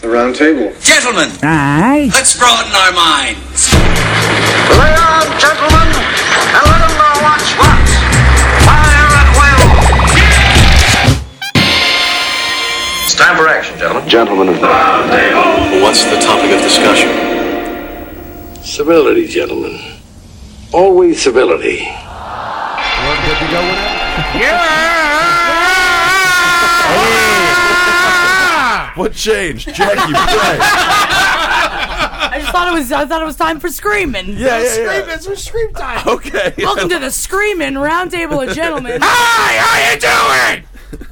The round table. Gentlemen, Aye. let's broaden our minds. Lay on, gentlemen, and let 'em know what's what. Fire at will. It's time for action, gentlemen. Gentlemen of the. What's the topic of discussion? Civility, gentlemen. Always civility. What changed? Jackie, play. I just thought it was. I thought it was time for screaming. Yeah, yeah, yeah. It's for scream time. Okay. Welcome to the screaming roundtable of gentlemen. Hi, how you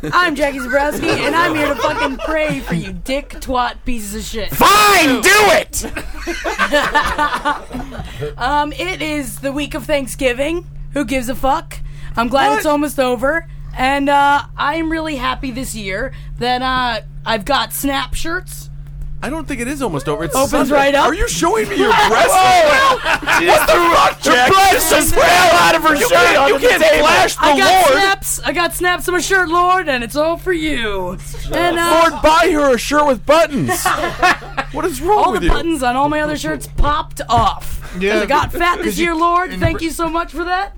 doing? I'm Jackie Zabrowski, and I'm here to fucking pray for you, dick twat pieces of shit. Fine, do it. Um, it is the week of Thanksgiving. Who gives a fuck? I'm glad it's almost over, and uh, I'm really happy this year that uh, I've got snap shirts. I don't think it is almost over. It's Opens Sunday. right up. Are you showing me your breasts? What the rock, Jack? is well out of her you shirt. you can't flash the Oh, I got Lord. snaps. I got snaps on my shirt, Lord, and it's all for you. And uh, Lord, buy her a shirt with buttons. what is wrong all with the you? buttons on all my other shirts popped off. Yeah, 'Cause I got but- fat this 'cause you- year, Lord. and Thank br- you so much for that.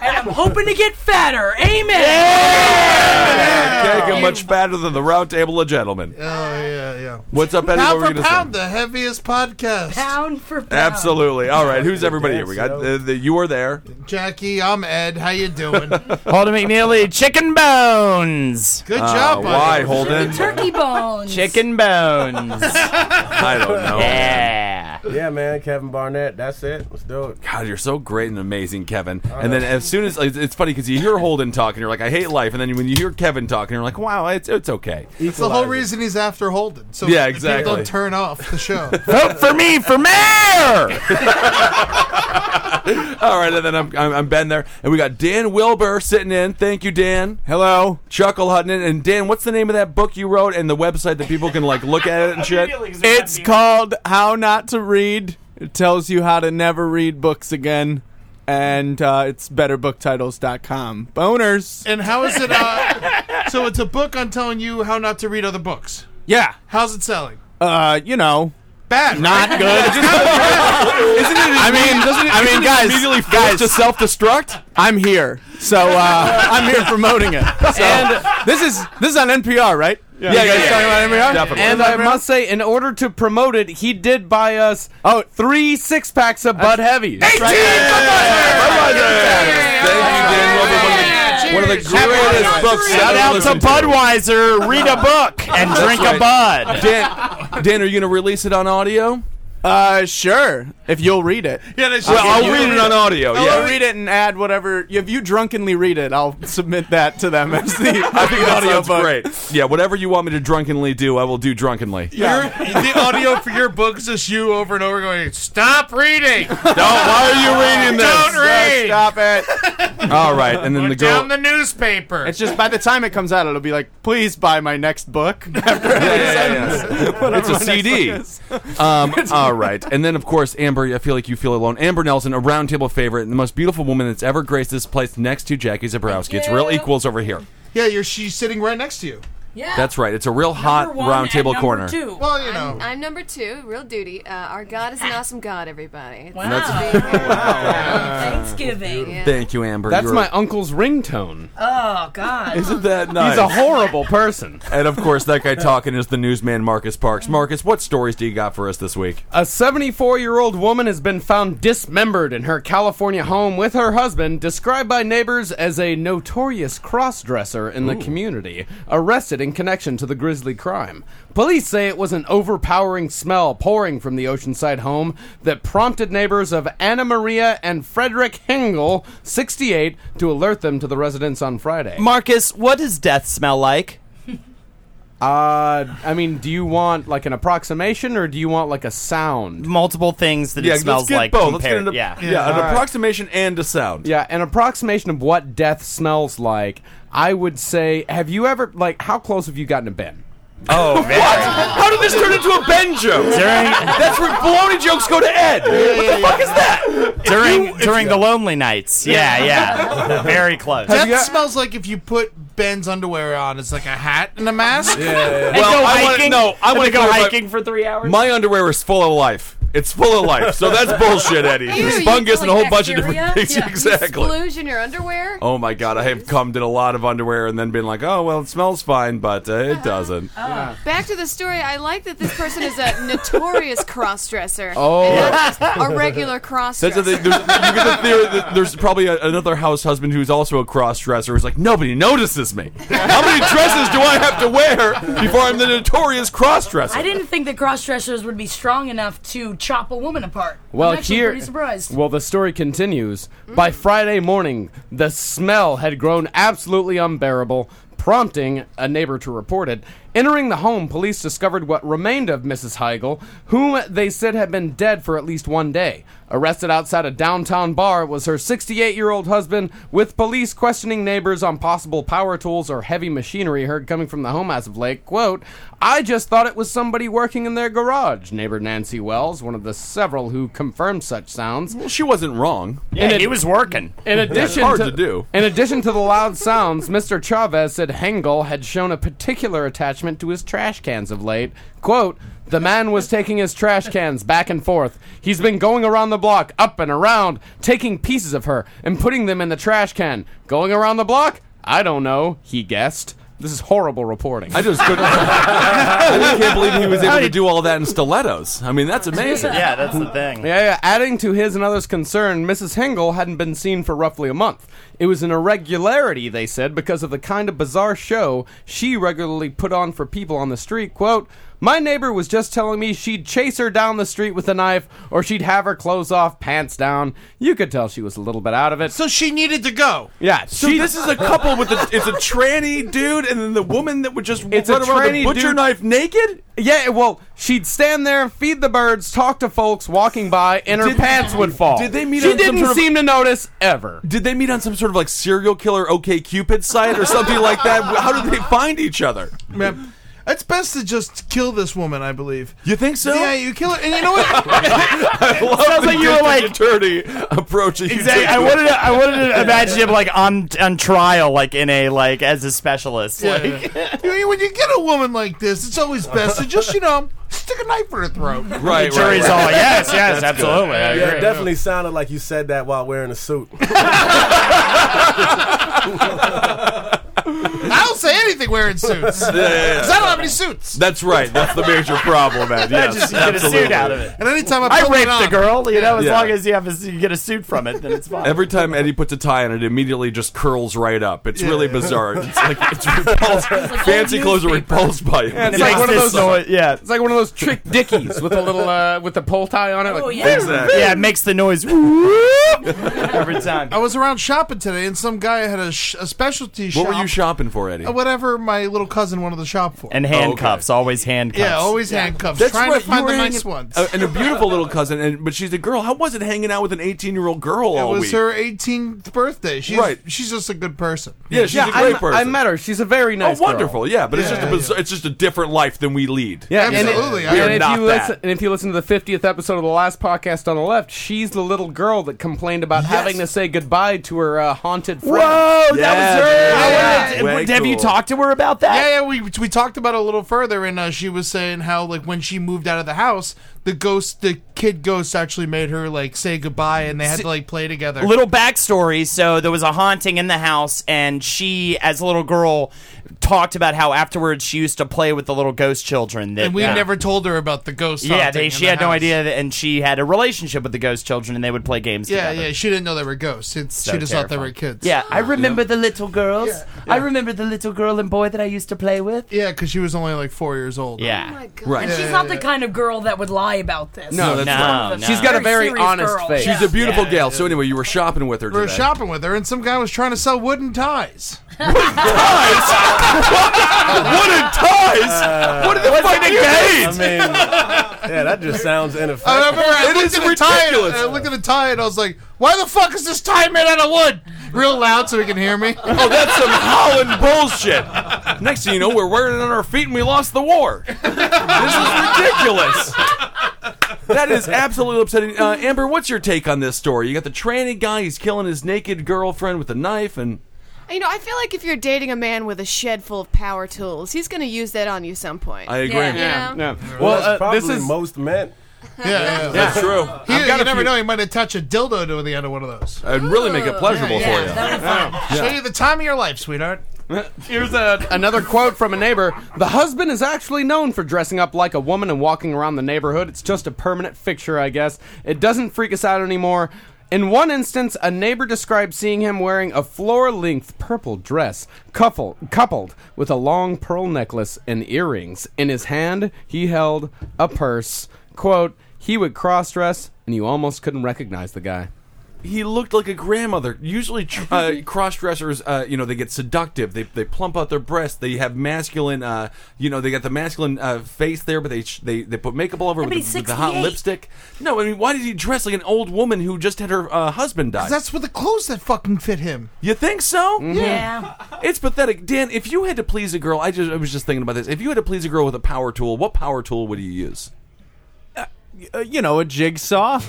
and I'm hoping to get fatter. Amen. Can't You- get much fatter than the round table of gentlemen. Oh yeah, yeah. What's up, Eddie? Pound what were for you gonna pound, say? the heaviest podcast. Pound for pound. Absolutely. All right. Who's everybody here? We got uh, the, you were there. Jackie, I'm Ed. How you doing? Holden McNeely, chicken bones. Good Uh, Ah, job, buddy. why, Holden? Turkey bones. Chicken bones. I don't know. yeah. Yeah, man, Kevin Barnett. That's it. Let's do it. God, you're so great and amazing, Kevin. and then as soon as it's, it's funny because you hear Holden talking, you're like, I hate life. And then when you hear Kevin talking, you're like, wow, it's it's okay. It's the whole reason he's after Holden. So Yeah, that exactly. People don't turn off the show. Vote for me for mayor. All right, and then I'm, I'm I'm Ben there, and we got Dan Wilbur sitting in. Thank you, Dan. Hello, Chuckle Hutton, and Dan. What's the name of that book you wrote and the website that people can like look at it and shit? It's called How Not to Read. It tells you how to never read books again. And uh, it's betterbooktitles.com. Boners. and how is it? Uh, so it's a book on telling you how not to read other books. Yeah. How's it selling? Uh, you know, Bad. not good. Isn't it? I mean, I mean, guys, immediately guys, forced to self destruct. I'm here, so uh, I'm here promoting it. And uh, this is this is on NPR, right? Yeah, you guys yeah, talking yeah, about NPR. Definitely. And I must say, in order to promote it, he did buy us oh three six packs of Bud Heavy. Thank you, Dan Wilbur. One of the, one of the greatest books. I've Shout ever out to listened Budweiser. Read a book and drink a Bud. Dan, Dan, are you going to release it on audio? Uh, sure, if you'll read it. Yeah, they should. Well, I'll read it on audio. I'll Yeah. read it and add whatever. If you drunkenly read it, I'll submit that to them as the I think that audio sounds book. great. Yeah, whatever you want me to drunkenly do, I will do drunkenly. Your, the audio for your book is just you over and over going, "Stop reading! Don't, why are you reading this? Don't read! Stop it. All right, and then the Put girl. down the newspaper." It's just by the time it comes out, it'll be like, please buy my next book. After Yeah, yeah, yeah, yeah. It's a CD. Um, all right, and then of course Amber. I feel like you feel alone. Amber Nelson, a roundtable favorite, and the most beautiful woman that's ever graced this place, next to Jackie Zabrowski. It's real equals over here. yeah, you're she's sitting right next to you. Yeah. That's right. It's a real hot Number one and roundtable number corner. Two. Well, you know, I'm number two, real duty. Uh, our God is an awesome God, everybody. wow. Thanksgiving. Thank you, Amber. That's You're- my uncle's ringtone. Oh God. Isn't that nice? He's a horrible person. and of course, that guy talking is the newsman Marcus Parks. Marcus, what stories do you got for us this week? A 74 year old woman has been found dismembered in her California home with her husband, described by neighbors as a notorious cross dresser in the community, arrested in connection to the grisly crime. Police say it was an overpowering smell pouring from the Oceanside home that prompted neighbors of Anna Maria and Frederick Hengel, 68, to alert them to the residence on Friday. Marcus, what does death smell like? Uh, I mean, do you want like an approximation or do you want like a sound? Multiple things that it smells like compared. an, yeah. yeah, an approximation and a sound. Yeah, an approximation of what death smells like. I would say, have you ever like how close have you gotten to Ben? Oh, what? How did this turn into a Ben joke? That's where baloney jokes go to Ed. What the fuck is that? During during the lonely nights. Yeah, yeah. Very close. e- that smells like if you put Ben's underwear on. It's like a hat and a mask. Well, go I wanna- hiking? no, I And wanna then go clarify- hiking for three hours. My underwear is full of life. It's full of life. So that's bullshit, Eddie. There's you fungus feel and a like whole bunch of different bacteria? things. Yeah. You Exactly. splooge in your underwear. Oh my god, I have cummed in a lot of underwear and then been like, oh well, it smells fine, but uh, it doesn't. Back to the story. I like that this person is a notorious cross-dresser. Oh. and not just a regular cross-dresser. That's the thing. There's, you get the theory that there's probably a, another house husband who's also a cross dresser who's like, nobody notices me. How many dresses do I have to wear before I'm the notorious cross I dresser? didn't think that cross-dressers would be strong enough to chop a woman apart. Well, I'm actually here, pretty surprised. well, the story continues. By Friday morning, the smell had grown absolutely unbearable, prompting a neighbor to report it. Entering the home, police discovered what remained of Mrs. Heigl, whom they said had been dead for at least one day. Arrested outside a downtown bar was her 68-year-old husband, with police questioning neighbors on possible power tools or heavy machinery heard coming from the home as of late. Quote, I just thought it was somebody working in their garage, neighbor Nancy Wells, one of the several who confirmed such sounds. Well, she wasn't wrong. Yeah, he was working. In addition hard to do. In addition to the loud sounds, Mr. Chavez said Hengel had shown a particular attachment to his trash cans of late. Quote, the man was taking his trash cans back and forth. He's been going around the block, up and around, taking pieces of her and putting them in the trash can. Going around the block? I don't know, he guessed. This is horrible reporting. I just couldn't. I really can't believe he was able to do all that in stilettos. I mean, that's amazing. Yeah, that's the thing. Yeah, yeah. Adding to his and others' concern, Mrs. Hengel hadn't been seen for roughly a month. It was an irregularity, they said, because of the kind of bizarre show she regularly put on for people on the street. Quote, My neighbor was just telling me she'd chase her down the street with a knife, or she'd have her clothes off, pants down. You could tell she was a little bit out of it. So she needed to go. yeah, So she, this is a couple with a it's a tranny dude and then the woman that would just It's a run around with tranny a butcher dude- knife naked. yeah, well, she'd stand there, feed the birds, talk to folks walking by, and her Did- pants would fall. did they meet She on some didn't sort of- seem to notice ever. Did they meet on some sort of like serial killer OK Cupid site or something like that? How did they find each other? Man, it's best to just kill this woman. I believe. You think so? Yeah, you kill it, and you know what? Sounds like you were like attorney approaching. Exactly. I wanted to, I wanted to imagine him like on on trial, like in a like as a specialist. Like, You know, when you get a woman like this, it's always best to just you know stick a knife in her throat. right, jury's all yes, yes, absolutely. I agree. It definitely sounded like you said that while wearing a suit. I don't say anything wearing suits. 'Cause I don't have any suits. That's right. That's the major problem, man. I Yes, just you get a suit absolutely. out of it. And anytime I, I put one raped on, the girl. You know, as Yeah. long as you have a, you get a suit from it, then it's fine. Every time Eddie puts a tie on, it immediately just curls right up. It's really bizarre. It's like it's repulsed. fancy clothes are repulsed by him. it's like one of those. Noise, yeah, It's like one of those trick dickies with a little uh, with the pole tie on it. Like, oh yeah. Exactly. yeah, it makes the noise every time. I was around shopping today, and some guy had a, sh- a specialty shop. What were you shopping for, Eddie? Oh, Uh, Whatever my little cousin wanted to shop for. And handcuffs, always handcuffs. yeah, always handcuffs. trying right, to find you were the hanging- nice ones. uh, and a beautiful little cousin, and but she's a girl. How was it hanging out with an eighteen-year-old girl it all was week? her 18th birthday. She's, Right. She's just a good person. yeah, she's yeah, a great I, person. I met her. She's a very Oh, nice. girl. wonderful! Yeah, but it's just a bizarre, it's just a different life than we lead. Yeah, and it- Absolutely, And, We are if not you that. listen, and if you listen to the fiftieth episode of the last podcast on the left, she's the little girl that complained about having to say goodbye to her uh, haunted friend. Whoa, Yeah, that was her. yeah, I wanted to- way Have you cool. talked to her about that? Yeah, yeah, we, we talked about it a little further, and uh, she was saying how, like, when she moved out of the house, the ghost, the kid ghost actually made her, like, say goodbye, and they had to, like, play together. Little backstory. So there was a haunting in the house, and she, as a little girl, talked about how afterwards she used to play with the little ghost children. That, and we yeah. never told her about the ghost. Yeah, haunting they, in she the had no house. idea, that, and she had a relationship with the ghost children, and they would play games Yeah, together. yeah, she didn't know they were ghosts. It's, So she just thought they terrifying. were kids. Yeah, I remember the little girls. I remember the little girl and boy that I used to play with. Yeah, because she was only, like, four years old. Yeah. Right. And she's not the kind of girl that would lie about this. No, that's not. no, no. She's got a very serious honest girl. face. She's a beautiful gal. So anyway, you were shopping with her. We were today. shopping with her, and some guy was trying to sell wooden ties. Wooden ties. what the fuck I is mean, yeah, that just sounds I ineffective. remember I It looked is at the tie, and ridiculous. I looked at the tie, and I was like, "Why the fuck is this tie made out of wood?" Real loud, so he can hear me. Oh, that's some Holland bullshit. Next thing you know, we're wearing it on our feet and we lost the war. This is ridiculous. That is absolutely upsetting. Uh, Amber, what's your take on this story? You got the tranny guy, he's killing his naked girlfriend with a knife, and You know, I feel like if you're dating a man with a shed full of power tools, he's going to use that on you some point. I agree. Yeah, you know? Well, Well, that's uh, probably this is- most men. Yeah, yeah, yeah. That's true. He, I've you got a never few- know. He might attach a dildo to the end of one of those. I'd really make it pleasurable Yeah, for you. that Oh, Yeah. Show you the time of your life, sweetheart. Here's a, another quote from a neighbor. The husband is actually known for dressing up like a woman and walking around the neighborhood. It's just a permanent fixture, I guess. It doesn't freak us out anymore. In one instance, a neighbor described seeing him wearing a floor length purple dress, couple, coupled with a long pearl necklace and earrings. In his hand, he held a purse. Quote, he would cross dress, and you almost couldn't recognize the guy. He looked like a grandmother. Usually, tr- uh, cross dressers, uh, you know, they get seductive. They, they plump out their breasts. They have masculine, uh, you know, they got the masculine uh, face there, but they sh- they, they put makeup all over Yeah, with but the, he's with the hot 68. lipstick. No, I mean, why did he dress like an old woman who just had her uh, husband die? 'Cause that's with the clothes that fucking fit him. You think so? Mm-hmm. Yeah. It's pathetic. Dan, if you had to please a girl, I just I was just thinking about this. If you had to please a girl with a power tool, what power tool would you use? Uh, you know, a jigsaw.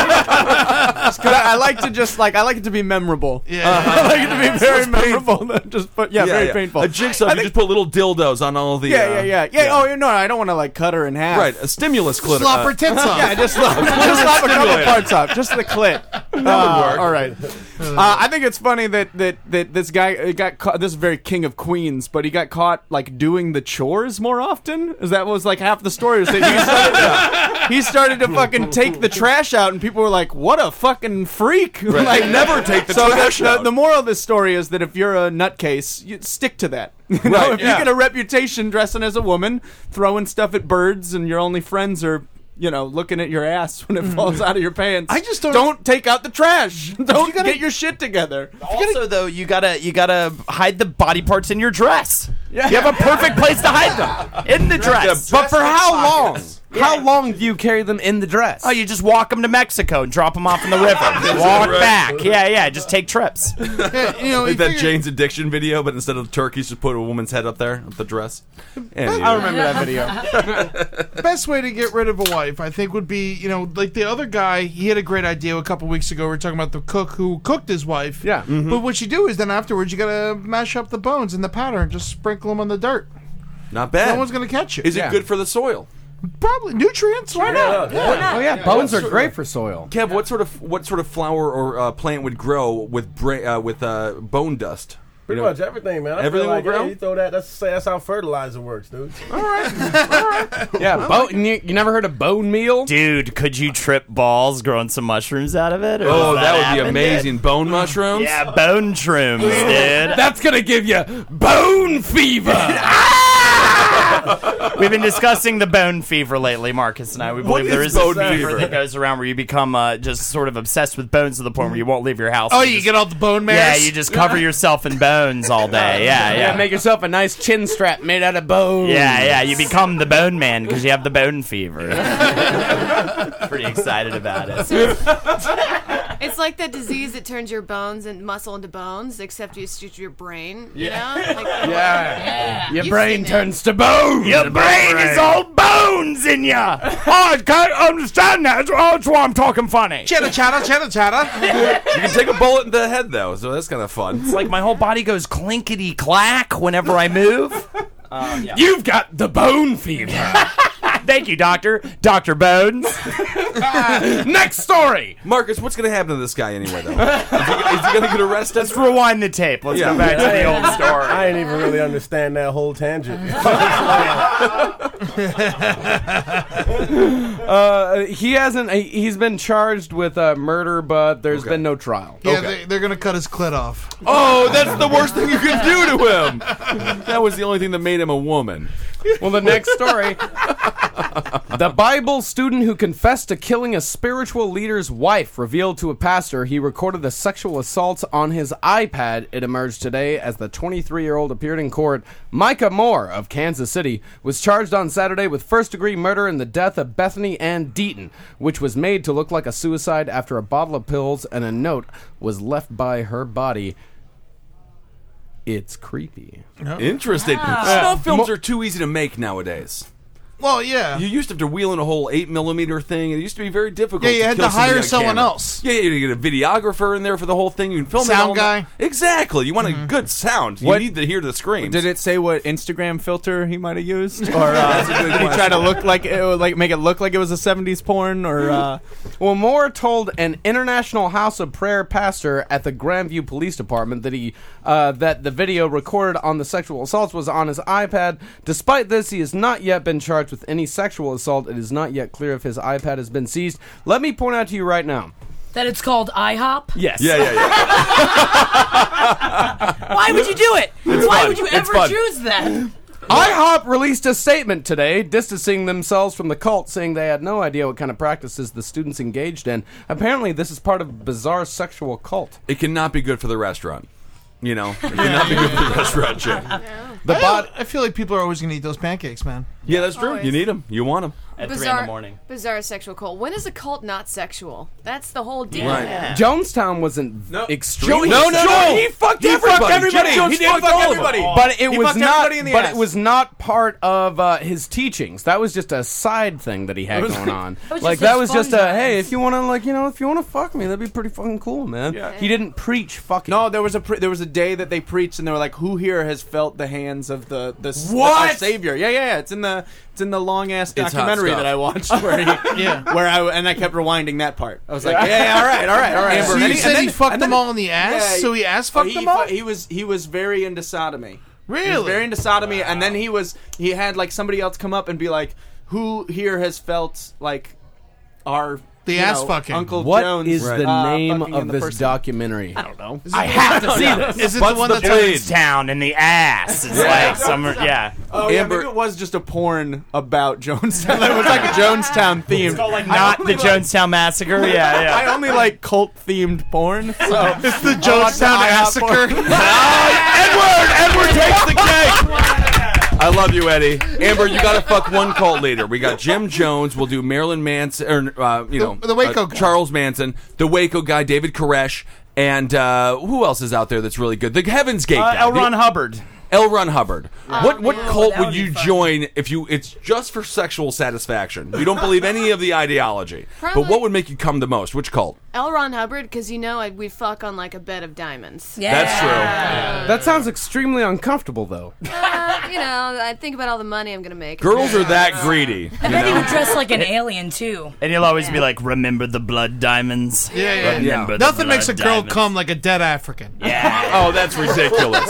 'Cause I, I like to just like I like it to be memorable. Yeah, I like it to be very memorable. just put, yeah, very painful. A jigsaw. You just put little dildos on all the. yeah, yeah, uh, yeah, yeah, Oh you know, I don't want to like cut her in half. Right, a stimulus clit. Slop uh, her tits off. Yeah, just slop- just slop a couple parts off, just the clit. That Uh, would work. All right. Uh, I think it's funny that that that this guy uh, got caught. This is very King of Queens, but he got caught like doing the chores more often. Is that was like half the story? Was that he started, he started to fucking take the trash out, and people were like, "What a fucking freak!" Right. like They never take the so trash the, out. The, the moral of this story is that if you're a nutcase, you stick to that. You know, Right, if yeah. you get a reputation dressing as a woman, throwing stuff at birds, and your only friends are. You know, looking at your ass when it Mm-hmm. falls out of your pants. I just don't. Don't take out the trash. Don't get your shit together. Also, though, you gotta you gotta hide the body parts in your dress. Yeah. You have a perfect place to hide them in the dress. but for how long? How long do you carry them in the dress? Oh, you just walk them to Mexico and drop them off in the river. walk back. Yeah, yeah. Just take trips. you know, you like that figure- Jane's Addiction video, but instead of turkeys, just put a woman's head up there with the dress. Anyway. video. Best way to get rid of a wife, I think, would be you know like the other guy. He had a great idea a couple weeks ago. We are talking about the cook who cooked his wife. Yeah. mm-hmm. But what you do is then afterwards you gotta mash up the bones and the powder and just sprinkle them on the dirt. Not bad. No one's gonna catch you. Is Yeah. it good for the soil? Probably nutrients. Why not? Yeah. Why not? Oh yeah, Yeah, bones are sure. great for soil. Kev, what sort of what sort of flower or uh, plant would grow with bra- uh, with uh, bone dust? Pretty You know, much everything, man. I feel everything like, will grow. hey, you throw that. That's say that's how fertilizer works, dude. Yeah, bone. You, you never heard of bone meal? Dude, could you trip balls growing some mushrooms out of it? Or Oh, does that would be happen amazing. yet? Bone mushrooms. Yeah, bone shrooms, dude. That's gonna give you bone fever. We've been discussing the bone fever lately, Marcus and I. We believe What there is is a bone fever fever? that goes around where you become uh, just sort of obsessed with bones to the point where you won't leave your house. Oh, you just- get all the bone marrow. yeah, you just cover yourself in bones all day. Yeah, yeah, yeah, make yourself a nice chin strap made out of bone. yeah, yeah. You become the bone man because you have the bone fever. Pretty excited about it. It's like that disease that turns your bones and muscle into bones, except you it's just your brain. You know? Like, Yeah. Your You've brain seen it. turns to bone. Your brain is all bones in ya. I can't understand that. That's why I'm talking funny. Chatter, chatter, chatter, chatter. You can take a bullet in the head though, so that's kind of fun. It's like my whole body goes clinkety clack whenever I move. You've got the bone fever. Thank you, doctor. Doctor Bones. Next story. Marcus, what's going to happen to this guy anyway? Though, is he, is he going to get arrested? Let's rewind the tape. Let's Yeah. go back to the old story. I ain't even really understand that whole tangent. Uh, he hasn't. he- He's been charged with uh, murder, but there's been no trial. Yeah, they, they're gonna cut his clit off. Oh, that's the worst thing you could do to him. That was the only thing that made him a woman. Well, the next story. the Bible student who confessed to killing a spiritual leader's wife revealed to a pastor he recorded the sexual assaults on his iPad. It emerged today as the 23 year old appeared in court. Micah Moore of Kansas City was charged on Saturday with first degree murder in the death of Bethany Ann Deaton, which was made to look like a suicide after a bottle of pills and a note was left by her body. It's creepy. Interesting. Snuff films are too easy to make nowadays. Well, yeah. You used to have to wheel in a whole eight millimeter thing. It used to be very difficult. Yeah, you had kill to hire somebody on someone camera. else. Yeah, you had to get a videographer in there for the whole thing. You can film it Sound all guy. night. Exactly. You want a good sound. You What- need to hear the screams. Did it say what Instagram filter he might have used, or That's a uh, good did he try question. to look like it, like make it look like it was a '70s porn, or uh, Well, Moore told an International House of Prayer pastor at the Grandview Police Department that he uh, that the video recorded on the sexual assaults was on his iPad. Despite this, he has not yet been charged with any sexual assault. It is not yet clear if his iPad has been seized. Let me point out to you right now. That it's called IHOP. Yes. Yeah, yeah, yeah. Why would you do it? It's Why fun. would you It's ever fun. choose that? IHOP released a statement today distancing themselves from the cult, saying they had no idea what kind of practices the students engaged in. Apparently, this is part of a bizarre sexual cult. It cannot be good for the restaurant. You know, it cannot be good for the restaurant chain. The I, bot- I feel like people are always going to eat those pancakes, man. Yeah, that's true. Always. You need them. You want them. At three in bizarre, the morning. bizarre sexual cult. When is a cult not sexual? That's the whole deal. Right. now. Jonestown wasn't No. extremely. No, no, no. He fucked He fucked everybody. everybody. Jeff He Jones did fucked fuck all of everybody. them. But it He was fucked not. everybody in the But ass. it was not part of uh, his teachings. That was just a side thing that he had going on. That was like just his that was just fun a hey, times. if you want to, like you know, if you want to fuck me, that'd be pretty fucking cool, man. Yeah. He didn't preach fucking. No, there was a pre- there was a day that they preached, and they were like, "Who here has felt the hands of the the, s- What? our savior?" Yeah, yeah, yeah. It's in the it's in the long ass hot documentary stuff. that I watched where he, Yeah. where I and I kept rewinding that part. I was like, "Yeah, yeah, all right, all right, all right." So And you then- said and he then- fucked and them then- all in the ass? Yeah, So he ass oh, fucked he them fu- all? He was he was very into sodomy. He was Really? very into sodomy, and then he was he had like somebody else come up and be like, "Who here has felt like our The you ass know, fucking. Uncle What Jones?" is the uh, name fucking of in the this person? documentary? I don't know. I have to see this. Is it What's the one the that's blade? Town in the ass. It's like some. Yeah. Oh, Amber- yeah, maybe it was just a porn about Jonestown. it was like a Jonestown themed. It's Like not the Jonestown massacre. Yeah, yeah. I only like cult themed porn. So it's the Jonestown massacre? Edward! Edward takes the cake! I love you, Eddie. Amber, you gotta fuck one cult leader. We got Jim Jones. We'll do Marilyn Manson, or uh, you know, The- the Waco uh, guy. Charles Manson, the Waco guy, David Koresh, and uh, who else is out there that's really good? The Heaven's Gate Uh, guy, L. Ron The- Hubbard. L. Ron Hubbard. what what man. cult That would would you be fun. join if you? It's just for sexual satisfaction. You don't believe any of the ideology. But Probably- what would make you come the most? Which cult? L. Ron Hubbard, because you know I'd, we'd fuck on like a bed of diamonds. Yeah. That's true. That sounds extremely uncomfortable, though. Uh, you know, I think about all the money I'm gonna make. Girls are that greedy. I bet he would dress like an alien too. And he'll always be like, "Remember the blood diamonds." Yeah, yeah, yeah. Remember the Nothing makes a blood girl diamonds. come like a dead African. Yeah. Oh, that's ridiculous.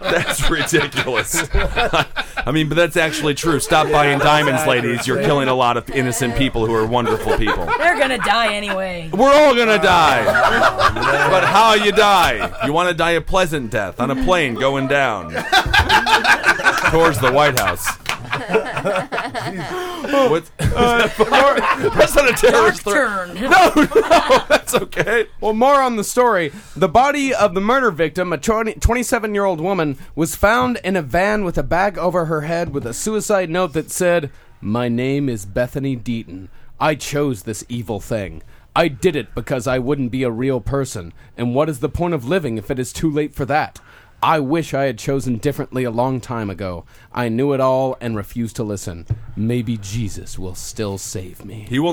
that's ridiculous. I mean, but that's actually true. Stop buying diamonds, ladies. You're killing a lot of innocent people who are wonderful people. They're gonna die anyway. We're all gonna die. but how you die? You want to die a pleasant death on a plane going down towards the White House. What's, that's not a terrorist threat. Turn. That's okay. Well, more on the story. The body of the murder victim, a 27 year old woman, was found in a van with a bag over her head with a suicide note that said, My name is Bethany Deaton. I chose this evil thing. I did it because I wouldn't be a real person. And what is the point of living if it is too late for that? I wish I had chosen differently a long time ago. I knew it all and refused to listen. Maybe Jesus will still save me. He will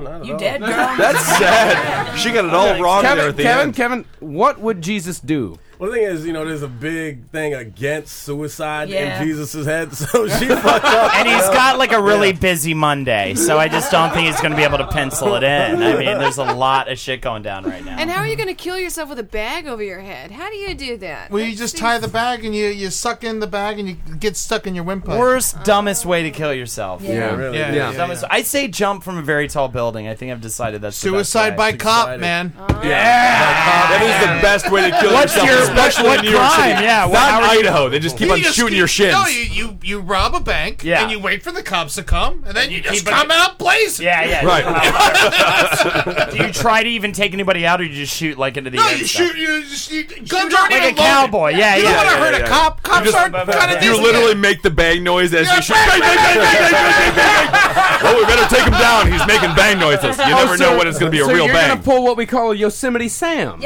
No, not at You all. dead girl? That's sad. She got it all wrong there Kevin, at the Kevin, end. Kevin, what would Jesus do? Well, the thing is, you know, there's a big thing against suicide Yeah. in Jesus' head, so she fucked up. And he's got like a really busy Monday, so I just don't think he's going to be able to pencil it in. I mean, there's a lot of shit going down right now. And how are you gonna kill yourself with a bag over your head? How do you do that? Well, you That just seems- tie the bag and you, you suck in the bag and you get stuck in your windpipe. Worst, dumbest way to kill yourself. Yeah. Really. yeah, yeah, yeah, yeah. Dumbest- I say jump from a very tall building. I think I've decided that's the best Suicide way. by cop, Excited. man. That is the best way to kill What's yourself, your- especially what in New York crime? City. Yeah, not what- how in are you- Idaho. They just keep on You just shooting keep- your shins. No, you, you you rob a bank Yeah. and you wait for the cops to come and then you, just keep it- come out blazing. Yeah, yeah. right. Do you try to even take anybody out, or you just shoot like into the No, air? you shoot you, just, you guns like already a loaded. cowboy. Yeah, You yeah. don't want to hurt yeah. a cop. Cops just- aren't kind of You literally make the bang noise as you shoot. Bang, bang, bang, bang, bang, bang, bang, bang, bang. Well, we better take him down. He's making bang noises. You Oh, never know so- when it's going to be a so real you're bang. gonna pull what we call a Yosemite Sam.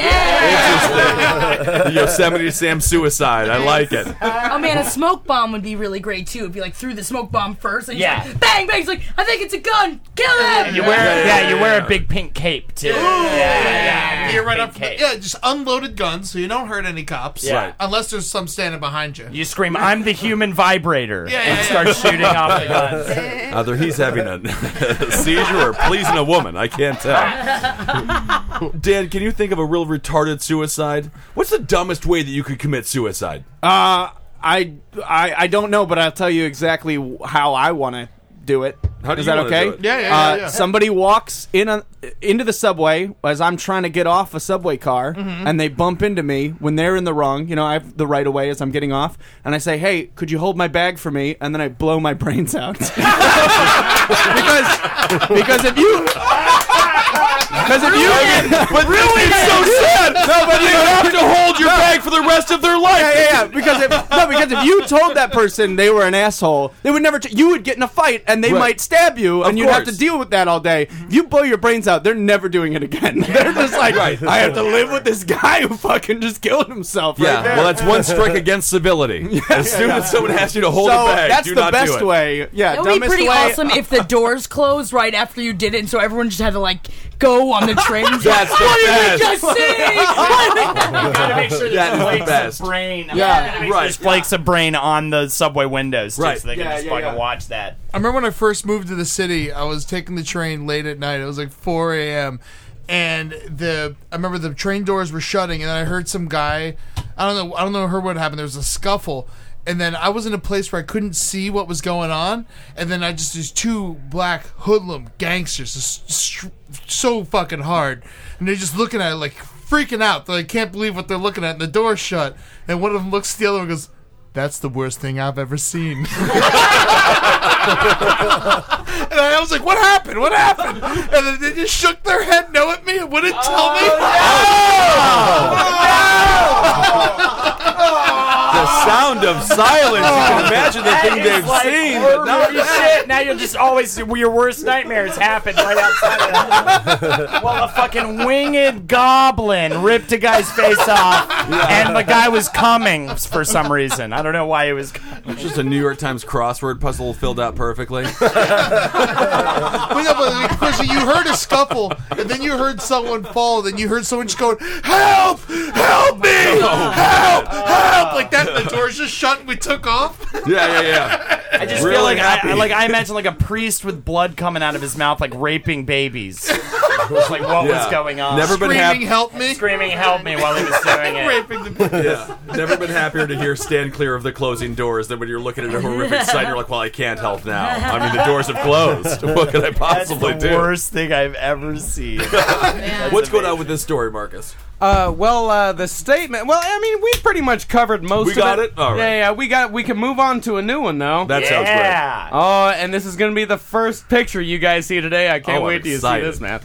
Yosemite Sam suicide. I like it. oh man, a smoke bomb would be really great too. It'd be like through the smoke bomb first, and he's Yeah. like, bang, bang. He's like, I think it's a gun. Kill him. You wear, yeah, you wear a big pink cape too. You're right up. Yeah, just unloaded guns, so you don't hurt any cops. Yeah. Right. Unless there's some standing behind you. You scream, "I'm the human vibrator!" Yeah, and yeah, start yeah. shooting off the guns. Either he's having a seizure or pleasing a woman. I can't tell. Dan, can you think of a real retarded suicide? What's the dumbest way that you could commit suicide? Uh, I, I I don't know, but I'll tell you exactly w- how I want to do it. How do Is you that wanna okay? do it? Yeah, yeah, uh, yeah, yeah. Somebody walks in a, into the subway as I'm trying to get off a subway car, Mhm. and they bump into me when they're in the wrong. You know, I have the right of way as I'm getting off, and I say, "Hey, could you hold my bag for me?" And then I blow my brains out because because if you because if you but really it's so sad. No, but They have to hold your bag for the rest of their life. Yeah, yeah, yeah. Because if no, because if you told that person they were an asshole, they would never. T- you would get in a fight, and they Right. might stab you, Of and you'd have to course. Mm-hmm. deal with that all day. If you blow your brains out, they're never doing it again. they're just like, Right. I have to live with this guy who fucking just killed himself. right Yeah, there. well, that's one strike against civility. as soon as someone asks you to hold So a bag, that's do the not do best it. way. Yeah, That would be dumbest pretty way. awesome if the doors closed right after you did it, and so everyone just had to like go on the trains. That's the what best. did we just see? You gotta make sure That there's is the flakes best. of brain. Yeah, You gotta make sure right, There's flakes of brain on the subway windows too, Right. so they can Yeah, just yeah, fucking yeah. watch that. I remember when I first moved to the city, I was taking the train late at night. It was like 4 a.m. And the I remember the train doors were shutting, and I heard some guy. I don't know. I don't know. Heard what happened. There was a scuffle, and then I was in a place where I couldn't see what was going on. And then I just these two black hoodlum gangsters, just str- so fucking hard, and they're just looking at it like freaking out. They like, can't believe what they're looking at. And the door's shut, and one of them looks at the other one and goes. That's the worst thing I've ever seen. And I was like, "What happened? What happened?" And then they just shook their head no at me and wouldn't tell me. The sound of silence. You can imagine the thing is they've like seen, but not horror shit. Now you're just always your worst nightmares happen right outside of that. Well, a fucking winged goblin ripped a guy's face off, and the guy was coming for some reason. I don't know why he was. It's just a New York Times crossword puzzle filled out perfectly. Well, no, but like, Chrissy, you heard a scuffle, and then you heard someone fall, then you heard someone just going, "Help! Help me! Oh Help! Help!" Like that, and the doors just shut, and we took off. yeah, yeah, yeah. I just Really feel like I, happy. I- like I imagine like a priest with blood coming out of his mouth, like raping babies. It's like what was Yeah. going on? Never been hap- Screaming, "Help me!" Screaming, "Help me!" while he was doing it. yeah. Never been happier to hear stand clear of the closing doors than when you're looking at a horrific sight and you're like, well, I can't help now. I mean, the doors have closed. What could I possibly That's the do? Worst thing I've ever seen. What's going on with this story, Marcus? Uh, well, uh, the statement. Well, I mean, we pretty much covered most. We of got it. it? All right. Yeah, yeah, we got. We can move on to a new one though. That sounds great. Yeah. Oh, and this is gonna be the first picture you guys see today. I can't Oh, I'm wait till you see excited. this, man.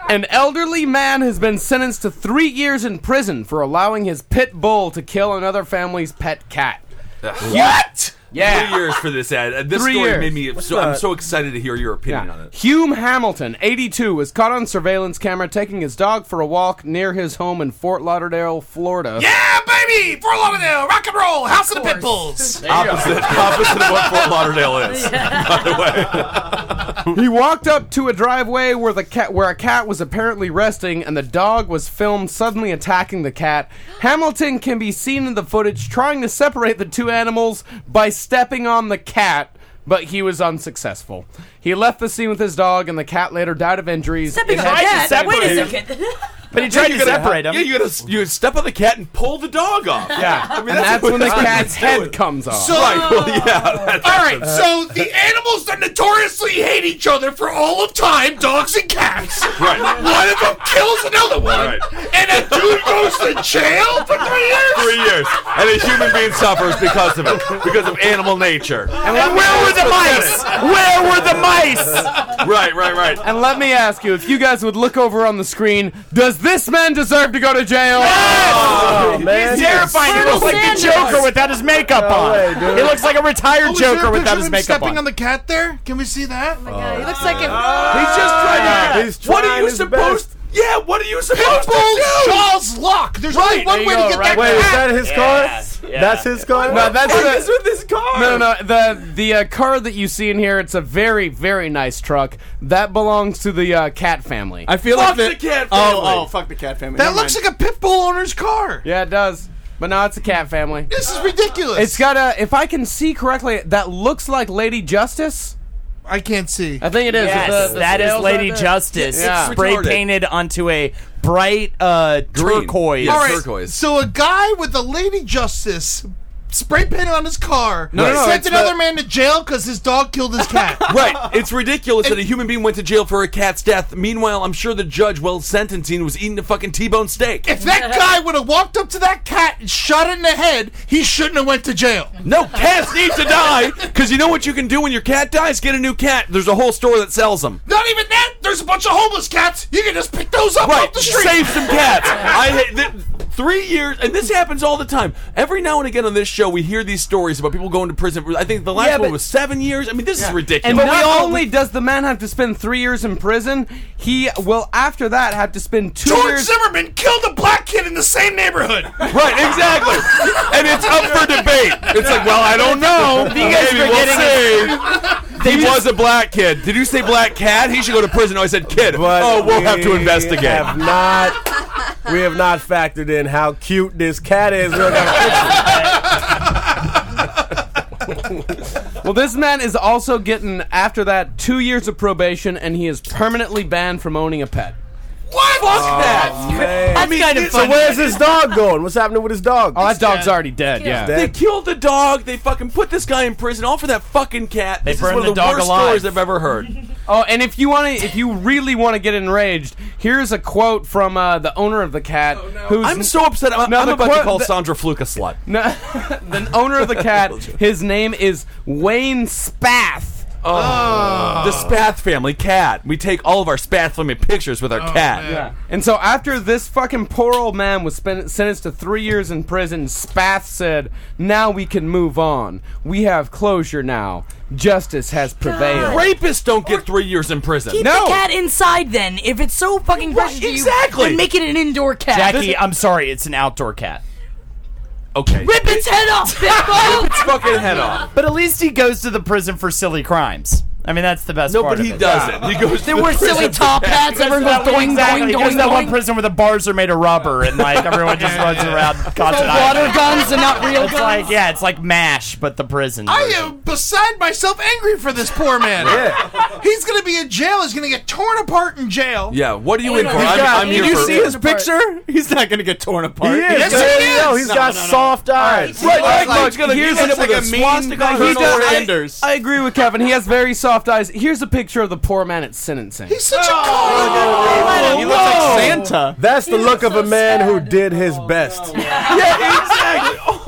An elderly man has been sentenced to three years in prison for allowing his pit bull to kill another family's pet cat. What? Yeah. Three years for this ad. Uh, This Three story years. made me. What's So, I'm that? so excited to hear your opinion on it. Hume Hamilton, 82, was caught on surveillance camera taking his dog for a walk near his home in Fort Lauderdale, Florida. Yeah, baby, Fort Lauderdale, rock and roll, House of, the Pit Bulls. Opposite, opposite of what Fort Lauderdale is. By the way, he walked up to a driveway where the cat where a cat was apparently resting and the dog was filmed suddenly attacking the cat. Hamilton can be seen in the footage trying to separate the two animals by stepping on the cat. But he was unsuccessful. He left the scene with his dog, and the cat later died of injuries. It had- But he tried to separate him. Yeah, you gotta you step on the cat and pull the dog off. Yeah. I mean, And that's what when the I'm cat's doing. head comes off. So, right. Well, yeah. That's All right, so the animals that notoriously hate each other for all of time, dogs and cats. Right. One of them kills another one, and a dude goes to jail for three years. Three years, and a human being suffers because of it, because of animal nature. And let me- where were the mice? Where were the mice? Right, right, right. And let me ask you, if you guys would look over on the screen, does this man deserve to go to jail? Oh, man. He's terrifying. He looks like the Joker without his makeup No on. way, dude. he looks like a retired Oh, is there a Joker picture without of his him makeup stepping on. on the cat there? Can we see that? he looks like a. he's just trying to. what are you supposed? Yeah, what are you supposed to do? Charles Locke. There's only one way to get that Wait, cat. is that his car? That's his car. No, that's What the- is with this car? No, no, no. The the uh, car that you see in here, it's a very, very nice truck that belongs to the uh, cat family. I feel Fuck like the cat Oh, family. oh, fuck the cat family. That Never looks mind. like a pit bull owner's car. Yeah, it does. But no, it's a cat family. This is ridiculous. It's got a. If I can see correctly, that looks like Lady Justice. I can't see. I think it is. Yes, The- the that is scales Lady right there. Justice. Yeah. Spray painted onto a bright uh, turquoise. All right, So a guy with a Lady Justice spray painted on his car No, no, no, sent it's another the- man to jail because his dog killed his cat. Right. It's ridiculous that a human being went to jail for a cat's death. Meanwhile, I'm sure the judge, while sentencing, was eating a fucking T-bone steak. If that guy would have walked up to that cat and shot it in the head, he shouldn't have went to jail. No, cats need to die because you know what you can do when your cat dies? Get a new cat. There's a whole store that sells them. Not even that. There's a bunch of homeless cats. You can just pick those up right. off the street. Save some cats. I hate th- three years, and this happens all the time. Every now and again on this show, we hear these stories about people going to prison. I think the last Yeah, one but- was seven years. I mean, this is ridiculous. And not only does the man have to spend three years in prison, he will after that have to spend two George years. Zimmerman killed a black kid in the same neighborhood. Right, exactly. and it's up for debate. It's like, well, I don't know. You guys Maybe are we'll see. He was a black kid. Did you say black cat? He should go to prison. No, I said kid. oh, we'll have to We investigate. Have not, we have not factored in how cute this cat is. Look at- Well, this man is also getting after that two years of probation, and he is permanently banned from owning a pet. What? Fuck that. Man. I mean, kind of so where's his dog going? What's happening with his dog? Oh, that dog's already dead. Yeah. Dead. They killed the dog. They fucking put this guy in prison. All for that fucking cat. They this is burned one the of the dog worst alive. stories I've ever heard. Oh, and if you want to, if you really want to get enraged, here's a quote from uh, the owner of the cat. Who's I'm so upset. I'm, No, I'm the about to quote- call the- Sandra Fluke a slut. No, the owner of the cat. His name is Wayne Spath. Oh. The Spath family cat. We take all of our Spath family pictures with our cat. And so after this fucking poor old man was spent, sentenced to three years in prison, Spath said, "Now we can move on. We have closure now. Justice has prevailed." Rapists don't get three years in prison. Keep the cat inside then. If it's so fucking precious to you, exactly. then make it an indoor cat. Jackie, I'm sorry. It's an outdoor cat. Okay. Rip its head off, Pitbull! its fucking head off. But at least he goes to the prison for silly crimes. I mean, that's the best No, part but of he it. doesn't. He goes. There to the were prison silly for top that. hats. Everyone That goes one- doing, exactly. going, There's going, that one going. prison where the bars are made of rubber and like everyone just runs around constantly. water guns and not real it's guns. Like, yeah, it's like Mash, but the prison. I version. am beside myself angry for this poor man. He's going to be in jail. He's going to get torn apart in jail. Yeah, what are you Hey, in for? no, he's I'm, got- I'm Did here you for. see his picture? He's not going to get torn apart. He is. Yes, man. he is. No, he's got soft eyes. Right, Well, like, like, it's gonna here's he's gonna just put like a a mean- swastika like, on he his does- forehead. Sanders. I agree with Kevin. He has very soft eyes. Here's a picture of the poor man at sentencing. He's such a oh, He looks like Santa. That's the look of a man who did Oh. his best.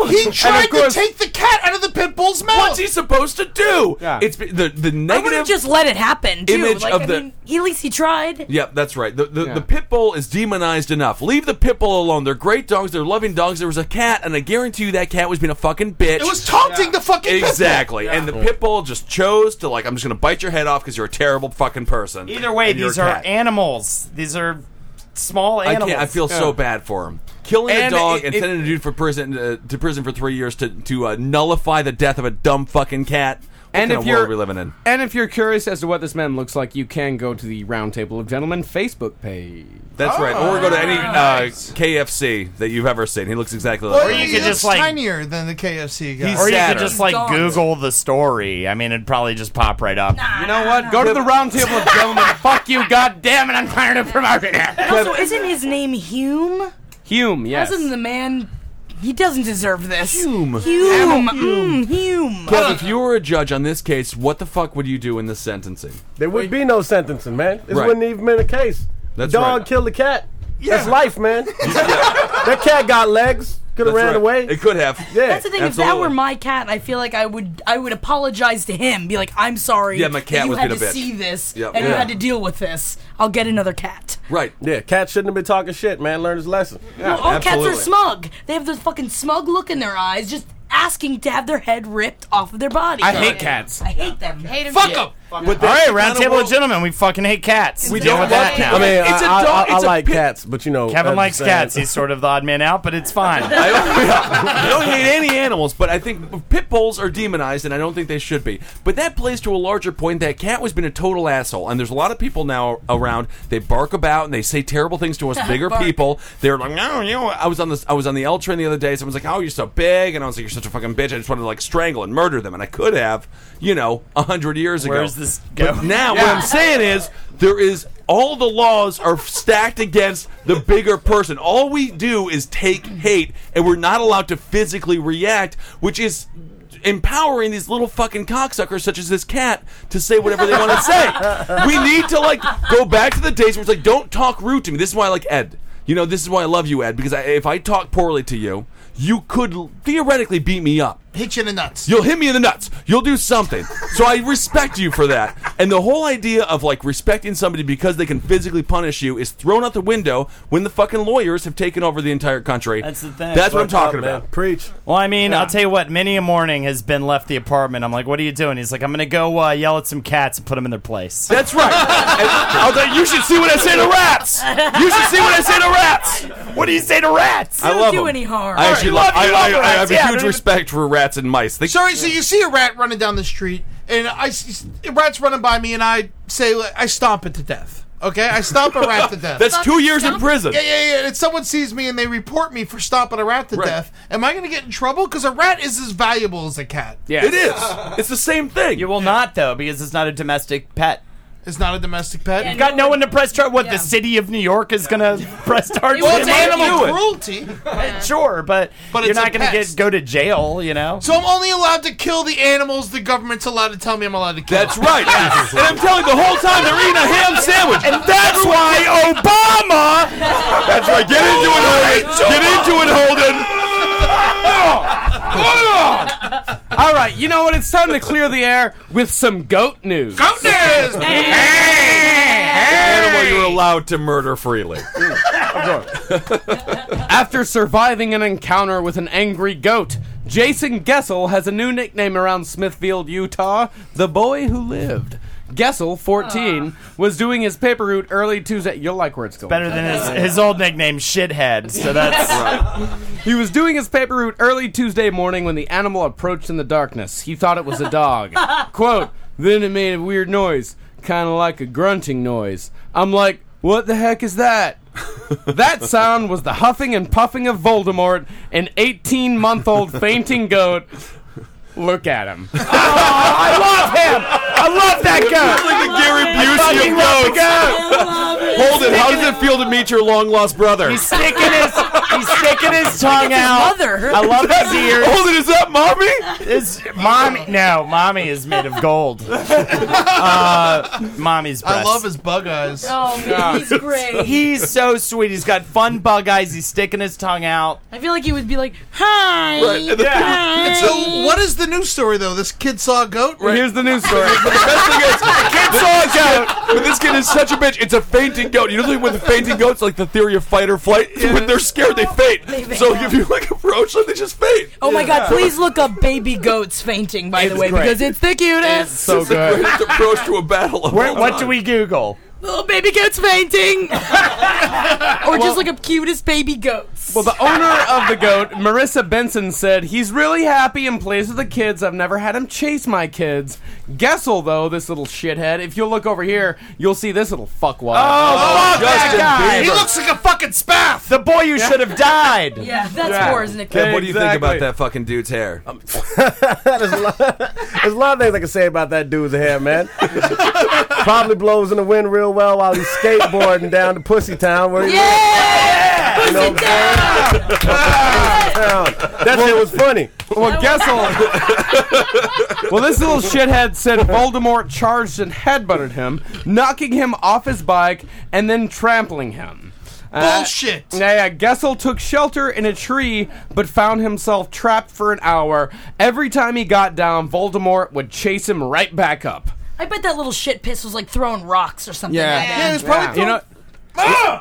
He tried course- to take the cat out of the pit bull's mouth. What's he supposed to do? Yeah. It's be- the the I wouldn't negative. just let it happen, too. image like, of I the- mean, at least he tried. Yeah, that's right. The the, Yeah. the pit bull is demonized enough. Leave the pit bull alone. They're great dogs. They're loving dogs. There was a cat, and I guarantee you that cat was being a fucking bitch. It was taunting the fucking pit bull. exactly. And the pit bull just chose to like, I'm just gonna bite your head off because you're a terrible fucking person. Either way, And you're these a are cat. animals. These are small I animals. can't. I feel so bad for him. Killing And a dog it- and it- sending a dude for prison uh, to prison for three years to to uh, nullify the death of a dumb fucking cat. What And kind if of world you're are we living in? and if you're curious as to what this man looks like, you can go to the Roundtable of Gentlemen Facebook page. That's right. Or go to any uh, KFC that you've ever seen. He looks exactly like. Or you He could looks just, like- tinier than the KFC guy. Or you could sadder. just like Dogs. Google the story. I mean, it'd probably just pop right up. You know what? Go to the Roundtable of Gentlemen. Fuck you, goddamn it! I'm tired of promoting it. Also, isn't his name Hume? Hume, yes. Doesn't the man. He doesn't deserve this. Hume. Hume. Mm, Hume. Kev, if you were a judge on this case, what the fuck would you do in the sentencing? There would be no sentencing, man. This Right. wouldn't even been a case. That's dog right. killed the cat. That's life, man. that cat got legs. Could have That's ran right. away. It could have. yeah. That's the thing. If that absolutely. were my cat, I feel like I would I would apologize to him, be like, "I'm sorry. Yeah, my that cat you was had being to a bitch." see this Yep. and you Yeah. had to deal with this. I'll get another cat." Right. Yeah, cat shouldn't have been talking shit, man. Learn his lesson. Well, all cats are smug. They have this fucking smug look in their eyes, just asking to have their head ripped off of their body. I hate cats. I hate them. Hate them. Fuck 'em. All right, round table of gentlemen. We fucking hate cats. We Deal don't with that like now. I mean, I- I- I- I like pit- cats, but you know, Kevin as likes I said- cats. He's sort of the odd man out, but it's fine. I don't, I don't hate any animals, but I think pit bulls are demonized, and I don't think they should be. But that plays to a larger point that cat has been a total asshole, and there's a lot of people now around. They bark about and they say terrible things to us bigger Bark. people. They're like, no, you know, I was on this, I was on the L train the other day. Someone's like, oh, you're so big, and I was like, you're such a fucking bitch. I just wanted to like strangle and murder them, and I could have, you know, a hundred years ago. Where's this But going? now what Yeah. I'm saying is there is all the laws are stacked against the bigger person. All we do is take hate and we're not allowed to physically react, which is empowering these little fucking cocksuckers such as this cat to say whatever they want to say. We need to like go back to the days where it's like don't talk rude to me. This is why I like Ed. You know, this is why I love you, Ed, because I, if I talk poorly to you, you could theoretically beat me up. Hit you in the nuts. You'll hit me in the nuts. You'll do something. So I respect you for that. And the whole idea of like respecting somebody because they can physically punish you is thrown out the window when the fucking lawyers have taken over the entire country. That's the thing. That's what I'm talking about. Preach. Well, I mean, Yeah. I'll tell you what. Many a morning has been left the apartment. I'm like, "What are you doing?" He's like, "I'm gonna go uh, yell at some cats and put them in their place." That's right. I was like, you should see what I say to rats. You should see what I say to rats. What do you say to rats? I Don't love do 'em. any harm. I actually love. I, I, I have Yeah, a huge they're- respect for rats and mice. They, Sorry, so you see a rat running down the street, and I s- s- rat's running by me, and I say like, I stomp it to death. Okay, I stomp a rat to death. That's Stop- two years in stomp- prison. Yeah, yeah, yeah. And someone sees me and they report me for stomping a rat to death. Am I going to get in trouble? Because a rat is as valuable as a cat. It is. It's the same thing. You will not though, because it's not a domestic pet. It's not a domestic pet. You've got no one to press charge. What the city of New York is going to press charge? Well, with? it's They can't animal do it. cruelty. Sure, but, But you're it's a not going to pest. get go to jail. You know. So I'm only allowed to kill the animals the government's allowed to tell me I'm allowed to kill. That's right. and I'm telling you, the whole time they're eating a ham sandwich. And that's why Obama. That's right. Get into it, Holden. Get into it, Holden. All right, you know what? It's time to clear the air with some goat news. Goat news! Animal you're allowed to murder freely. After surviving an encounter with an angry goat, Jason Gessel has a new nickname around Smithfield, Utah the boy who lived. Gessel, Ah. 14, was doing his paper route early Tuesday. You'll like where it's going. Better than his, his old nickname, Shithead. So that's. He was doing his paper route early Tuesday morning when the animal approached in the darkness. He thought it was a dog. Quote, then it made a weird noise, kind of like a grunting noise. I'm like, what the heck is that? that sound was the huffing and puffing of Voldemort, an 18 month old fainting goat. Look at him. Oh, I love him. I love that guy. Fucking love the goat. Holden, how does it feel to meet your long lost brother? He's sticking his he's sticking his tongue out. I love his ears. Holden, is that mommy? It's mommy. No, mommy is made of gold. Uh, mommy's breast. I love his bug eyes. Oh, man, he's great. He's so sweet. He's got fun bug eyes. He's sticking his tongue out. I feel like he would be like, hi. hi." And so, what is the news story though? This kid saw a goat. Right? Here's the news story. But the best thing is, kid saw a goat, but this kid is such a bitch. It's a fainting goat. You know, the thing with the fainting goats, like the theory of fight or flight. When they're scared, they faint. faint, so yeah. if you like approach them, they just faint. Oh my god, please look up baby goats fainting, by the It's way, great. because it's the cutest. It's the greatest approach to a battle of Where, all what time. do we Google? Little baby goats fainting. or just look up cutest baby goats. Well, the owner of the goat, Marissa Benson, said he's really happy and plays with the kids. I've never had him chase my kids. Gessel, though, this little shithead. If you look over here, you'll see this little fuckwad. Oh, fuck that guy. He looks like a fucking spaff. The boy who should have died. Yeah, that's Yeah. Boar's nickname. Kev, what do you think Exactly. about that fucking dude's hair? Um, There's a lot of things I can say about that dude's hair, man. Probably blows in the wind real well while he's skateboarding down to Pussy Town. Where yeah, you know, Pussy Town. That shit was funny. Well, Gessel. well, this little shithead said Voldemort charged and headbutted him, knocking him off his bike and then trampling him. Uh, Bullshit. yeah, yeah, Gessel took shelter in a tree, but found himself trapped for an hour. Every time he got down, Voldemort would chase him right back up. I bet that little shit piss was like throwing rocks or something. Yeah. like that. Yeah, it was probably Yeah. throwing- You know,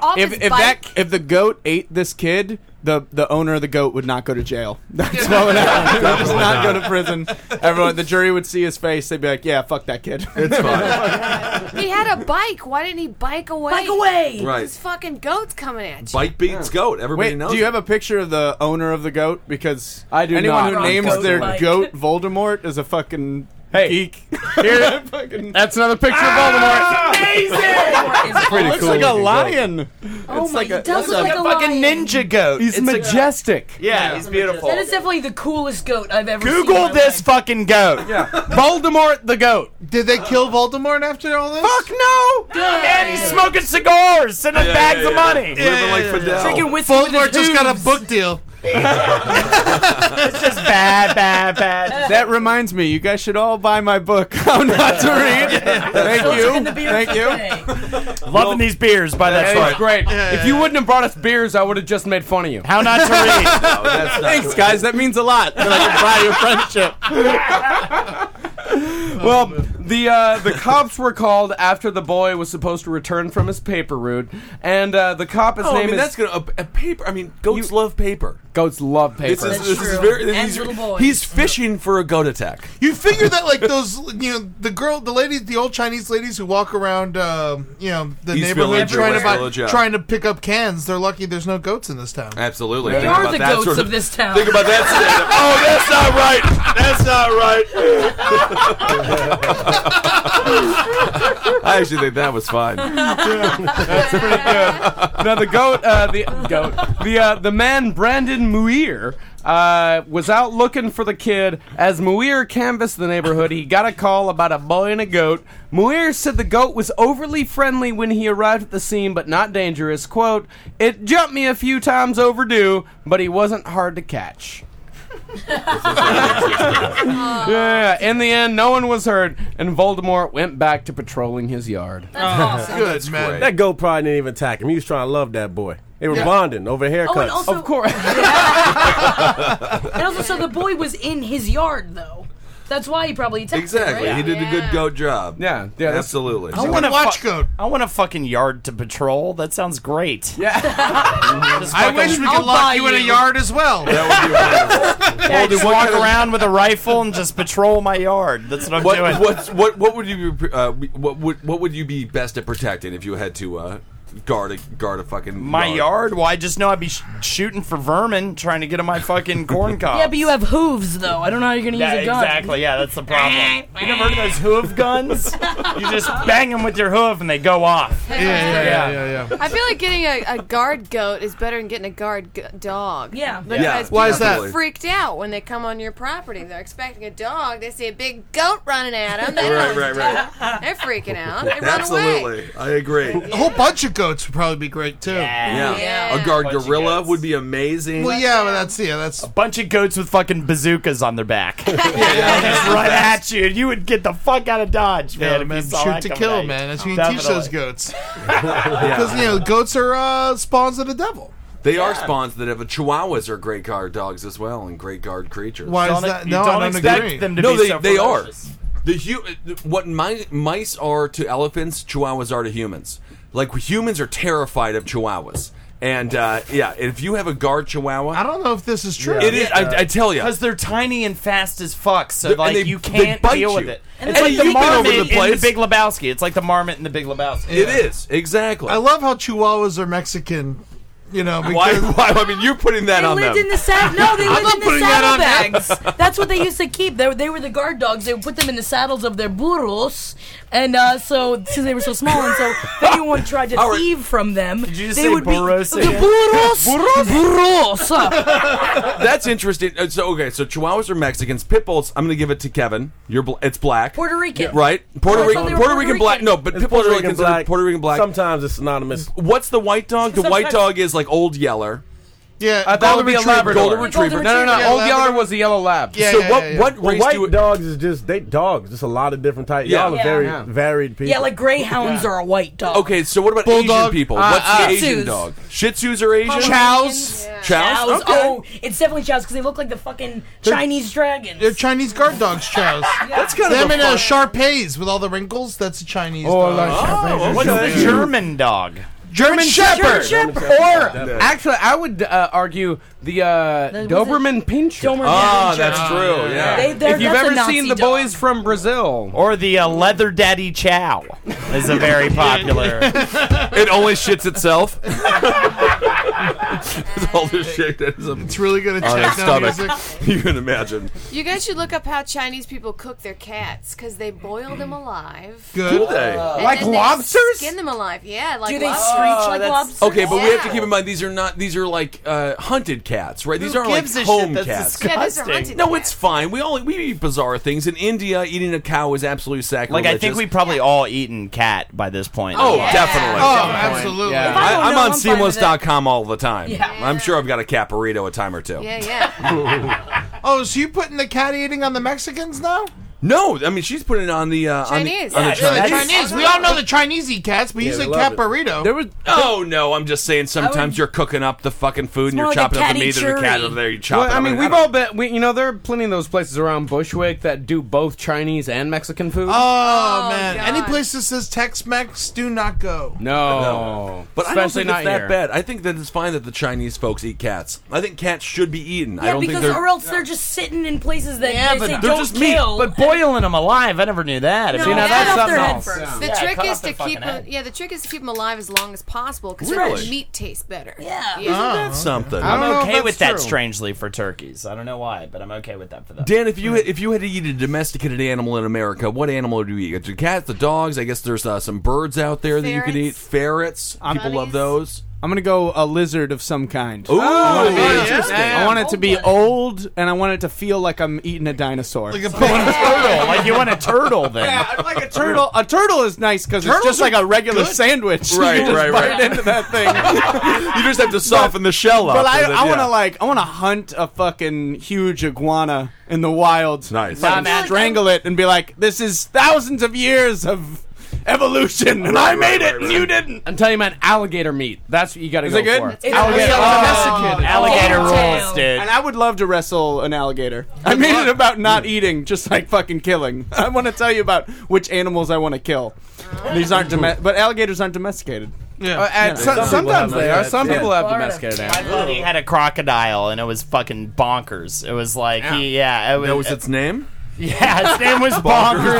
off uh, if his if bike. that if the goat ate this kid, the the owner of the goat would not go to jail. That's what would happen. He would just not go to prison. Everyone, the jury would see his face. They'd be like, "Yeah, fuck that kid. It's fine." He had a bike. Why didn't he bike away? Bike away! Right. This fucking goat's coming at you. Bike beats goat. Everybody Wait, knows Do you it. have a picture of the owner of the goat? Because I do Anyone not. who Wrong names goat their bike. goat Voldemort is a fucking geek. Ah! Here, that's another picture of Voldemort. Pretty looks cool looking like a goat. lion. Oh It's my, like he a- does it's look like like a, a fucking ninja goat. He's majestic. Yeah, he's beautiful. That is definitely the coolest goat I've ever seen. Google this fucking goat. Yeah. Voldemort the goat. Did they kill Voldemort after all this? Fuck no! And he's smoking cigars, sending Yeah, bags yeah, of yeah. money. Yeah, Living yeah, like yeah. Fidel. Drinking whiskey with his Voldemort just got a hooves. book deal. it's just bad, bad, bad. That reminds me, you guys should all buy my book, How Not to Read. Thank you. Thank you. Loving these beers by that sort. That's great. if you wouldn't have brought us beers, I would have just made fun of you. How not to read? Thanks, guys. That means a lot. That I can buy your friendship. well, the uh, the cops were called after the boy was supposed to return from his paper route, and uh, the cop. His Oh, I name mean, is that's gonna a, a paper. I mean, goats love paper. Goats love paper. This is, this is very. he's, he's fishing for a goat attack. You figure that like those, you know, the girl, the ladies, the old Chinese ladies who walk around, uh, you know, the East neighborhood Village or trying to West buy, Village, yeah. trying to pick up cans. They're lucky there's no goats in this town. Absolutely. They Think are about the that goats sort of this town. Think about that. stand-up. oh, that's not right. That's not right. I actually think that was fine. That's pretty good. Now the goat, uh, the goat, the uh, the man Brandon Muir uh, was out looking for the kid. As Muir canvassed the neighborhood, he got a call about a boy and a goat. Muir said the goat was overly friendly when he arrived at the scene, but not dangerous. "Quote: It jumped me a few times overdue, but he wasn't hard to catch." yeah. In the end, no one was hurt, and Voldemort went back to patrolling his yard. Good man. That goat probably didn't even attack him. He was trying to love that boy. They were Yeah. bonding over haircuts. Oh, and also, of course. and also, so the boy was in his yard though. That's why he probably attacked. him, Exactly. right? He did a good goat job. Yeah. Yeah. Absolutely. I want to watch goat. I want a fucking yard to patrol. That sounds great. Yeah. I wish we could lock you in a yard as well. Yeah, I just what walk kind of- around with a rifle and just patrol my yard. That's what I'm What, doing. what's- what what would you be, uh, what would what would you be best at protecting if you had to uh, guard a guard a fucking my yard? Well, I just know I'd be sh- shooting for vermin, trying to get in my fucking corn cob. Yeah, but you have hooves though. I don't know how you're gonna Yeah, use a gun. exactly. Yeah, that's the problem. You never heard of those hoof guns? you just bang them with your hoof and they go off. Yeah, yeah, yeah, yeah. I feel like getting a, a guard goat is better than getting a guard g- dog. Yeah. Because Yeah, people why is that? get freaked out when they come on your property. They're expecting a dog. They see a big goat running at them. Right, They don't know right, it's a right. dog. They're freaking out. They run away. Absolutely, I agree. A whole bunch of goats would probably be great too. Yeah. a guard gorilla would be amazing. Well, yeah, but that's yeah, that's A bunch of goats with fucking bazookas on their back. just right at you. and You would get the fuck out of dodge, Yeah, man. if man, you saw shoot that to coming kill, at you. man. That's what you teach those Definitely. goats. Yeah. Because you know, goats are uh, spawns of the devil. They are spawns that have a chihuahuas are great guard dogs as well and great guard creatures. Why is Don't- that- you no, I don't don't expect agree. them to no, be they, so they are. ferocious. The hu- what mi- mice are to elephants, chihuahuas are to humans. Like humans are terrified of chihuahuas. And uh, yeah, if you have a guard chihuahua, I don't know if this is true. It is. I, I tell you, Because they're tiny and fast as fuck, so They- and like they- you they can't bite deal you. with it. And it's they- like the you can marmot over the in the place. Big Lebowski. It's like the marmot in the Big Lebowski. It is exactly. I love how Chihuahuas are Mexican. You know, Why? because- Why? I mean, you're putting that They on lived them. in the sad. No, they I'm lived not in the putting that on saddlebags. them. That's what they used to keep. They, were- they were the guard dogs. They would put them in the saddles of their burros, and uh, so since they were so small, and so if anyone tried to thieve from them, Did you just they say would burros be the again? burros, burros, That's interesting. Uh, So okay, so Chihuahuas are Mexicans. Pit bulls. I'm going to give it to Kevin. You're bl- it's black. Puerto Rican, Right, Puerto Oh, I Rican, thought they Puerto, were Puerto Rican black. Rican. No, but It's Puerto, Rican black. Puerto Rican black. Sometimes it's synonymous. What's the white dog? The white Sometimes- dog is like old Yeller. Yeah, Uh, that would be a Labrador. Golden retriever. No, no, no. Yeah, Old Labrador. Yeller was a yellow lab. so what? What race white do it- dogs is just they dogs. Just a lot of different types. Yeah. Y'all are Yeah. very Yeah. varied people. Yeah, like greyhounds are a white dog. Okay, so what about Asian Bulldog. people? Uh, What's uh, the Asian Shih Tzus. dog? Shih Tzus are Asian. Chows. Chows. Chows. Okay. Oh, it's definitely chows because they look like the fucking They're- Chinese dragon. They're Chinese guard dogs, chows. That's kind them of a and uh, fun- Oh, Shar Peis with all the wrinkles. That's a Chinese. dog. What's the German dog? German Shepherd, German Shepherd. or uh, German Shepherd. actually, I would uh, argue the uh, Doberman Pinscher. Ah, that's true. Yeah. They- they're- If you've that's a ever Nazi seen the dog. boys from Brazil, or the uh, leather daddy Chow, is a very popular. it only shits itself. it's all this shit that is It's really good at on its techno stomach. you can imagine. You guys should look up how Chinese people cook their cats because they boil them alive. Good. Do they? And Like then they lobsters? Skin them alive. Yeah. Like Do they lobsters. screech like Oh, lobsters? Okay, but we have to Yeah. keep in mind these are not these are like uh, hunted cats, right? These Who aren't like gives a shit? home That's cats. Yeah, those are disgusting. hunted no, it's fine. We all we eat bizarre things. In India, eating a cow is absolutely like sacrilegious. I think we probably all eaten cat by this point. Oh, definitely. Oh, absolutely. Yeah. If I don't I, am know, on I'm fine with seamless.com all the time. Yeah. I'm sure I've got a cat burrito a time or two. Yeah, oh, so you putting the cat eating on the Mexicans now? no, I mean she's putting it on the uh, on the- Chinese. on the, Yeah, Chinese. Chinese. We all know the Chinese eat cats, but you say cat burrito. There was Oh no! I'm just saying. Sometimes you're cooking up the fucking food and more you're like a chopping up the catty meat of the cat churri. over there. You chop Well, it. I up mean, and- we've all been. We, you know, there are plenty of those places around Bushwick that do both Chinese and Mexican food. Oh, man, any place that says Tex-Mex, do not Oh. go. No. But Especially I don't think it's not that here. bad. I think that it's fine that the Chinese folks eat cats. I think cats should be eaten. I Yeah, don't because think they're. or else they're just sitting in places that Yeah, they but say they're don't just meat. kill. But boiling them alive, I never knew that. No, I mean, now cut that's off something their head else. first. The Yeah, trick cut is off to their keep fucking head. them. Yeah, the trick is to keep them alive as long as possible because Really? Uh-huh. the meat tastes better. Yeah. Isn't that That's something. I don't know I'm if okay that's with that true. strangely for turkeys. I don't know why, but I'm okay with that for them. Dan, if you had, if you had to eat a domesticated animal in America, what animal would you eat? The cats, the dogs. I guess there's uh, some birds out there that you could eat. Ferrets. People love those. I'm gonna go a lizard of some kind. Ooh, I want it to be- interesting. I want it to be old, and I want it to feel like I'm eating a dinosaur. Like a turtle. Like you want a turtle then? Yeah, I'd like a turtle. A turtle is nice because it's Turtles just like are a regular good. sandwich. You Right, just right, bite right. Into that thing. you just have to soften the shell up. But I, and then- I want yeah. to like I want to hunt a fucking huge iguana in the wild. Nice. Fucking Nah, man. strangle it and be like, this is thousands of years of evolution, and I Right, right, made it, right, and right. you didn't. I'm telling you, man, alligator meat. That's what you got to Is go it good? for. Uh, It's Alligator- alligator. Alligator Oh. rules, dude. And I would love to wrestle an alligator. I made it about not eating, just like fucking killing. I want to tell you about which animals I want to kill. These aren't, domes- but alligators aren't domesticated. Yeah. Uh, and so- sometimes they are. Some people have Florida. domesticated My animals. buddy had a crocodile, and it was fucking bonkers. It was like, yeah, he, yeah it was, That was its name. Yeah, his name was Bonkers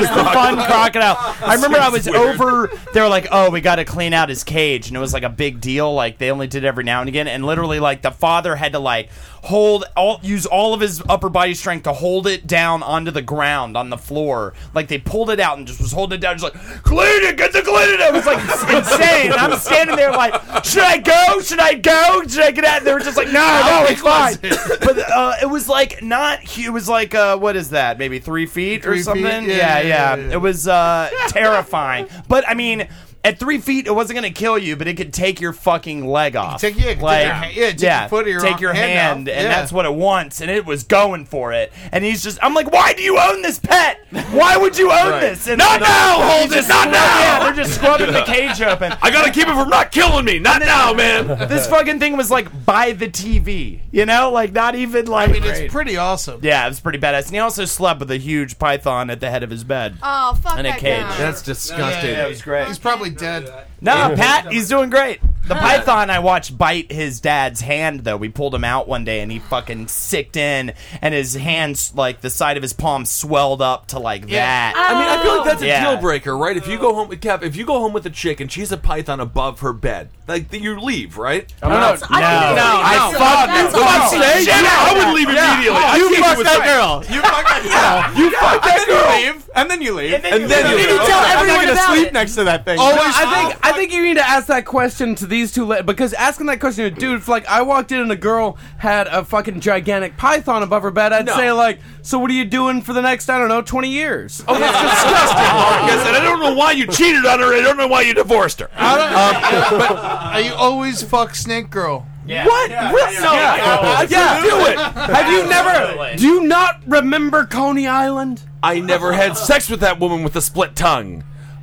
Bonkers, the the fun Crocodile. crocodile. I remember I was Seems weird. over. They were like, "Oh, we got to clean out his cage," and it was like a big deal. Like they only did every now and again, and literally, like the father had to like hold all, use all of his upper body strength to hold it down onto the ground on the floor. Like they pulled it out and just was holding it down, just like clean it, get the clean it. It was like insane. I'm standing there like, should I go? Should I go? Should I get out? And they were just like, no, no, it's fine. But uh, it was like not. hu- It was like uh, what is that? Maybe three feet Three or feet? something. Yeah, Yeah yeah, yeah, yeah. It was uh, terrifying. But I mean. At three feet, it wasn't going to kill you, but it could take your fucking leg off. Take- yeah, it could take like, your ha- yeah, take your foot or your take your hand hand, off. and Yeah. that's what it wants. And it was going for it. And he's just, I'm like, why do you own this pet? Why would you own Right. this? And like, Not now, he's hold just it, not scrubbing- now. Yeah, they're just scrubbing the cage open. I gotta keep it from not killing me. Not now, man. This fucking thing was like by the TV, you know, like not even like. I mean, it's pretty awesome. yeah, it was pretty badass. And he also slept with a huge python at the head of his bed. Oh fuck In a that cage. guy. That's disgusting. Yeah, it was great. He's probably dead. No, Pat, he's doing great. The python I watched bite his dad's hand though. We pulled him out one day and he fucking sicked in, and his hands like the side of his palm swelled up to like that. I mean, I feel like that's a Yeah. deal breaker, right? If you go home with Kev, if you go home with a chick and she's a python above her bed, like then you leave, right? I'm No, not- no, I Uh, don't no, think I so. fuck That's you. I'm awful. saying, Yeah, yeah, I yeah. would leave Yeah. immediately. Oh, I you can't fucked do that it. girl. You fucked that girl. You fucked that girl. leave, and then you leave, and then you leave. leave. You tell I'm not everyone gonna about sleep it. Oh, next to that thing. Always- No, Oh, I think I think you need to ask that question to these two le- because asking that question to a dude, if like I walked in and a girl had a fucking gigantic python above her bed, I'd No. say like, so what are you doing for the next I don't know twenty years? Oh, that's disgusting, Marcus. And I don't know why you cheated on her. I don't know why you divorced her. Are you always fuck snake girl? Yeah. What? Really? yeah, yeah, yeah, absolutely. do it. Have you never? Do you not remember Coney Island? I never had sex with that woman with a split tongue.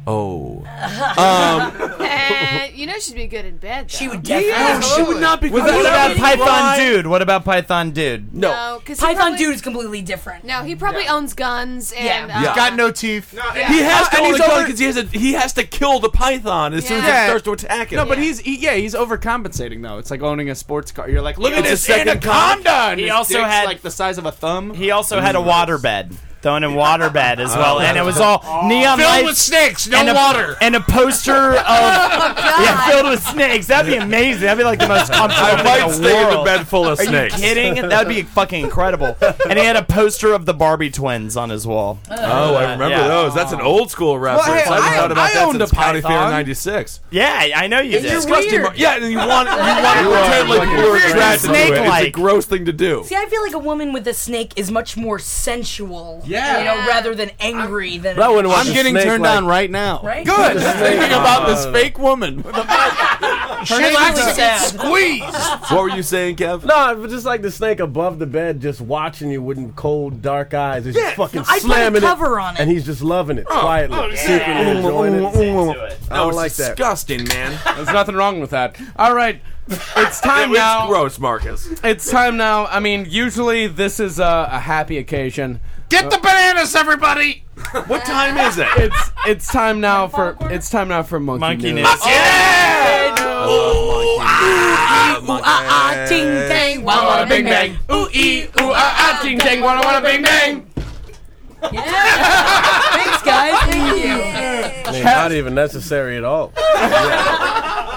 Oh. Um, Nah, Eh, you know she'd be good in bed. Though. She would definitely- Yeah, she would not be What What about about Python Why? Dude? What about Python Dude? No, because Python dude is completely different. No, he probably owns guns and Yeah. uh, Yeah. Got no teeth. He has to And own he's a gun over- because he has a, he has to kill the python as soon as it starts to attack him. No, but he's he, yeah, he's overcompensating though. It's like owning a sports car. You're like, look He at owns a this second anaconda. car. and He his also dick's, had- like the size of a thumb. He also had a waterbed. Thrown in waterbed as well, and it was all Oh. neon Filled lights with snakes, and no a, water. and a poster of yeah, filled with snakes. That'd be amazing. That'd be like the most comfortable I thing might in the stay in a world. bed full of Are snakes. you kidding? That would be fucking incredible. And he had a poster of the Barbie twins on his wall. Oh, I remember those. That's an old school reference. hey, I haven't I- thought I about that owned since a County Fair python. '96. Yeah, I know you It's did. disgusting, You're Mar- weird. yeah, and you want- you want to You are pretend like fucking you were weird. attracted to it. It's a Snake-like. gross thing to do. See, I feel like a woman with a snake is much more sensual. Yeah. You know, rather than angry. than But I wouldn't watch I'm getting turned on right now. Right? Good. Just thinking about this Uh, fake woman. With a Her name name's is Sam. Squeeze. What were you saying, Kev? No, it was just like the snake above the bed, just watching you with cold, dark eyes. It's just fucking no, I'd put a slamming cover on it. and he's just loving it Oh, quietly, oh, yeah. secretly Mm, enjoying mm, it. mm, mm. I That don't was like that. disgusting, man. There's nothing wrong with that. All right, it's time It was now. gross, Marcus. It's time now. I mean, usually this is a, a happy occasion. Get the bananas, everybody. What time is it? It's it's time now for it's time now for Monkey monkey, news. news. ah, ting, tang, wah, wah, bing, bang. Ooh, ee, ooh, ah, ah, ting, tang, wah, wah, bing, bang. Thanks, guys. Thank you. I mean, not even necessary at all.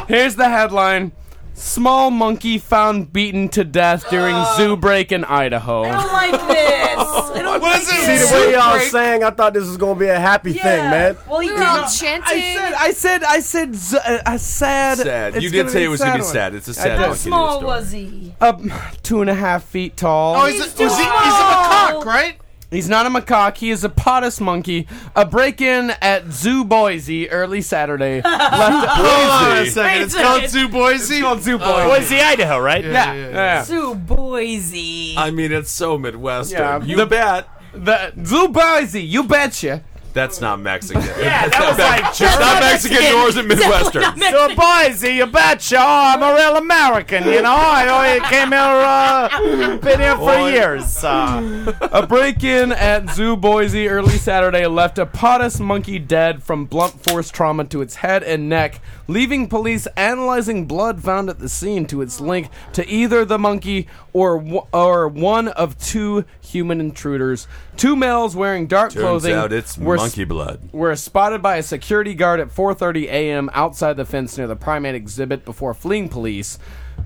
Here's the headline: Small monkey found beaten to death during Oh. zoo break in Idaho. like this. I don't what is See the way y'all sang, I thought this was gonna be a happy thing, man. Well, we were all chanting. I said, I said, I said, z- uh, uh, sad. Sad. It's You did gonna say be it was gonna be one. sad. It's a I sad did. How small was he? Up two and a half feet tall. Oh, is it, was he, he's a macaque, right? He's not a macaque. He is a potus monkey. A break-in at Zoo Boise early Saturday. left Hold on a Wait second. a It's called second. Zoo Boise. Oh. It's called Zoo Boise, Idaho, right? Yeah, yeah, yeah. Zoo Boise. I mean, it's so Midwestern. Yeah. You The- bet. The Zoo Boise. You betcha. That's not Mexican. Yeah, that It's not was Me- like it's not Mexican, nor is it Midwestern. So Boise, you betcha. Oh, I'm a real American, you know. I, I came here, uh, been here for years. Uh, a break-in at Zoo Boise early Saturday left a potus monkey dead from blunt force trauma to its head and neck, leaving police analyzing blood found at the scene to its link to either the monkey or w- or one of two human intruders. Two males wearing dark Turns clothing out it's were monkey blood. were spotted by a security guard at 4:30 a.m. outside the fence near the primate exhibit before fleeing police.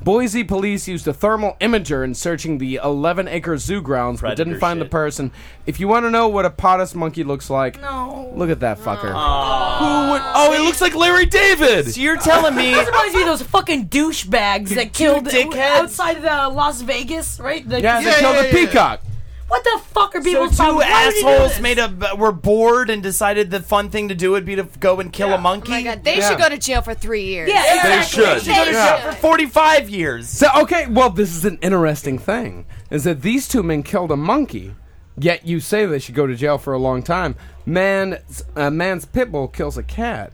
Boise police used a thermal imager in searching the 11-acre zoo grounds, but didn't Predator find the shit. person. If you want to know what a potus monkey looks like, No. look at that fucker. Who would- oh, it looks like Larry David. so you're telling me Those reminds me of those fucking douchebags that killed dickheads. outside the Las Vegas, right? The, Yeah, they killed a peacock. What the fuck are so people two talking Why would you do assholes this? made a were bored and decided the fun thing to do would be to go and kill a monkey? Oh my God, they should go to jail for three years. Yeah, They exactly. should. They Go to jail for 45 years. So okay, well this is an interesting thing is that these two men killed a monkey, yet you say they should go to jail for a long time. Man, a man's pit bull kills a cat.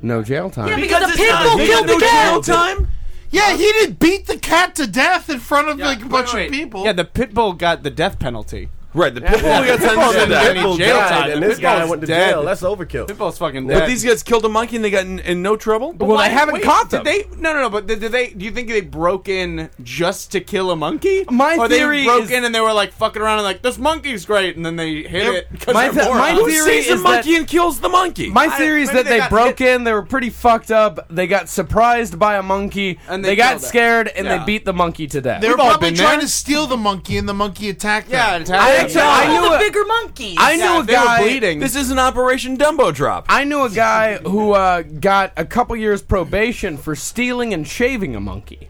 No jail time. Yeah, because, Because the it's pit not bull legal. killed the No cat. time? Yeah, he did beat the cat to death in front of like a bunch of people. Yeah, the pit bull got the death penalty. Right, the people Yeah. got sentenced to Pitbull death. did. Pitbull Jail died, time. and this Pitbull's guy went to dead. jail. That's overkill. Pitbull's fucking dead. But these guys killed a monkey and they got in, in no trouble? Well, they haven't caught them. Did they, no, no, no. But did did they? Do you think they broke in just to kill a monkey? My or theory they broke is- in and they were like fucking around and like this monkey's great, and then they hit it. 'cause My they're th- my morons. Who theory sees is a monkey and kills the monkey? My theory is maybe they that they, got broke in, they were pretty fucked up, they got surprised by a monkey, And they, they got killed it. scared, and Yeah. they beat the monkey to death. they were We've all probably been trying there. to steal the monkey, and the monkey attacked Yeah, them. it happened. I actually, I All knew the a- bigger monkeys. I knew Yeah, a they were guy. bleeding. This is an Operation Dumbo Drop. I knew a guy who uh, got a couple years probation for stealing and shaving a monkey.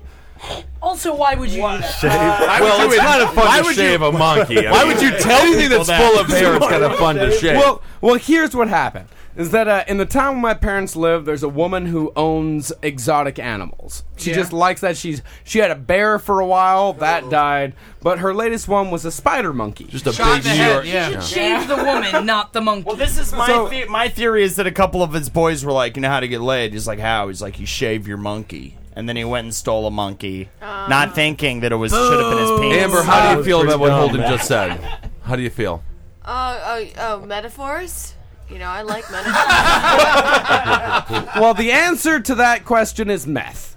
Also, why would you do that? well, it's kind of fun why to would shave a monkey. I why mean, would you tell anything people that's that? full of hair? It's kind of fun to shave. Well, well, here's what happened. is that uh, in the town where my parents live, there's a woman who owns exotic animals. She just likes that. She's she had a bear for a while that died, but her latest one was a spider monkey. Just a Shot in big the New head, York- You should change the woman, not the monkey. Well, this is My, the- my theory is that a couple of his boys were like, you know how to get laid. He's like, how? He's like, you shave your monkey. And then he went and stole a monkey, not thinking that it was should have been his penis. Amber, how do you feel about what Holden just said? How do you feel? Oh, oh, oh, metaphors. You know, I like metaphors. well, the answer to that question is meth.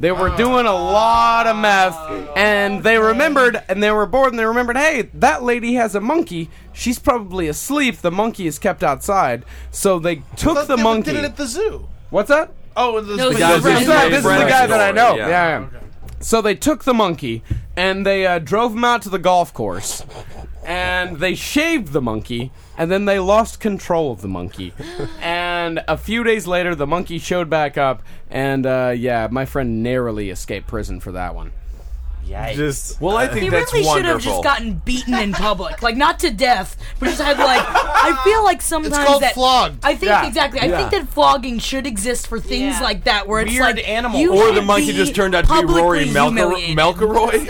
They were doing a lot of meth, and they remembered, and they were bored, and they remembered, hey, that lady has a monkey. She's probably asleep. The monkey is kept outside, so they took the monkey. Did it at the zoo. What's that? Oh, the, this, is, this is the guy that I know. Yeah. yeah. So they took the monkey and they uh, drove him out to the golf course, and they shaved the monkey, and then they lost control of the monkey. and a few days later, the monkey showed back up, and uh, yeah, my friend narrowly escaped prison for that one. Yikes. Just well, I he really should have just gotten beaten in public, like not to death, but just had like. I feel like sometimes called that flogged. I think Yeah. exactly. I Yeah. think that flogging should exist for things like that, where it's Weird like animal. you or should the monkey be just turned out to be Rory publicly Melker- humiliated. Melkeroy.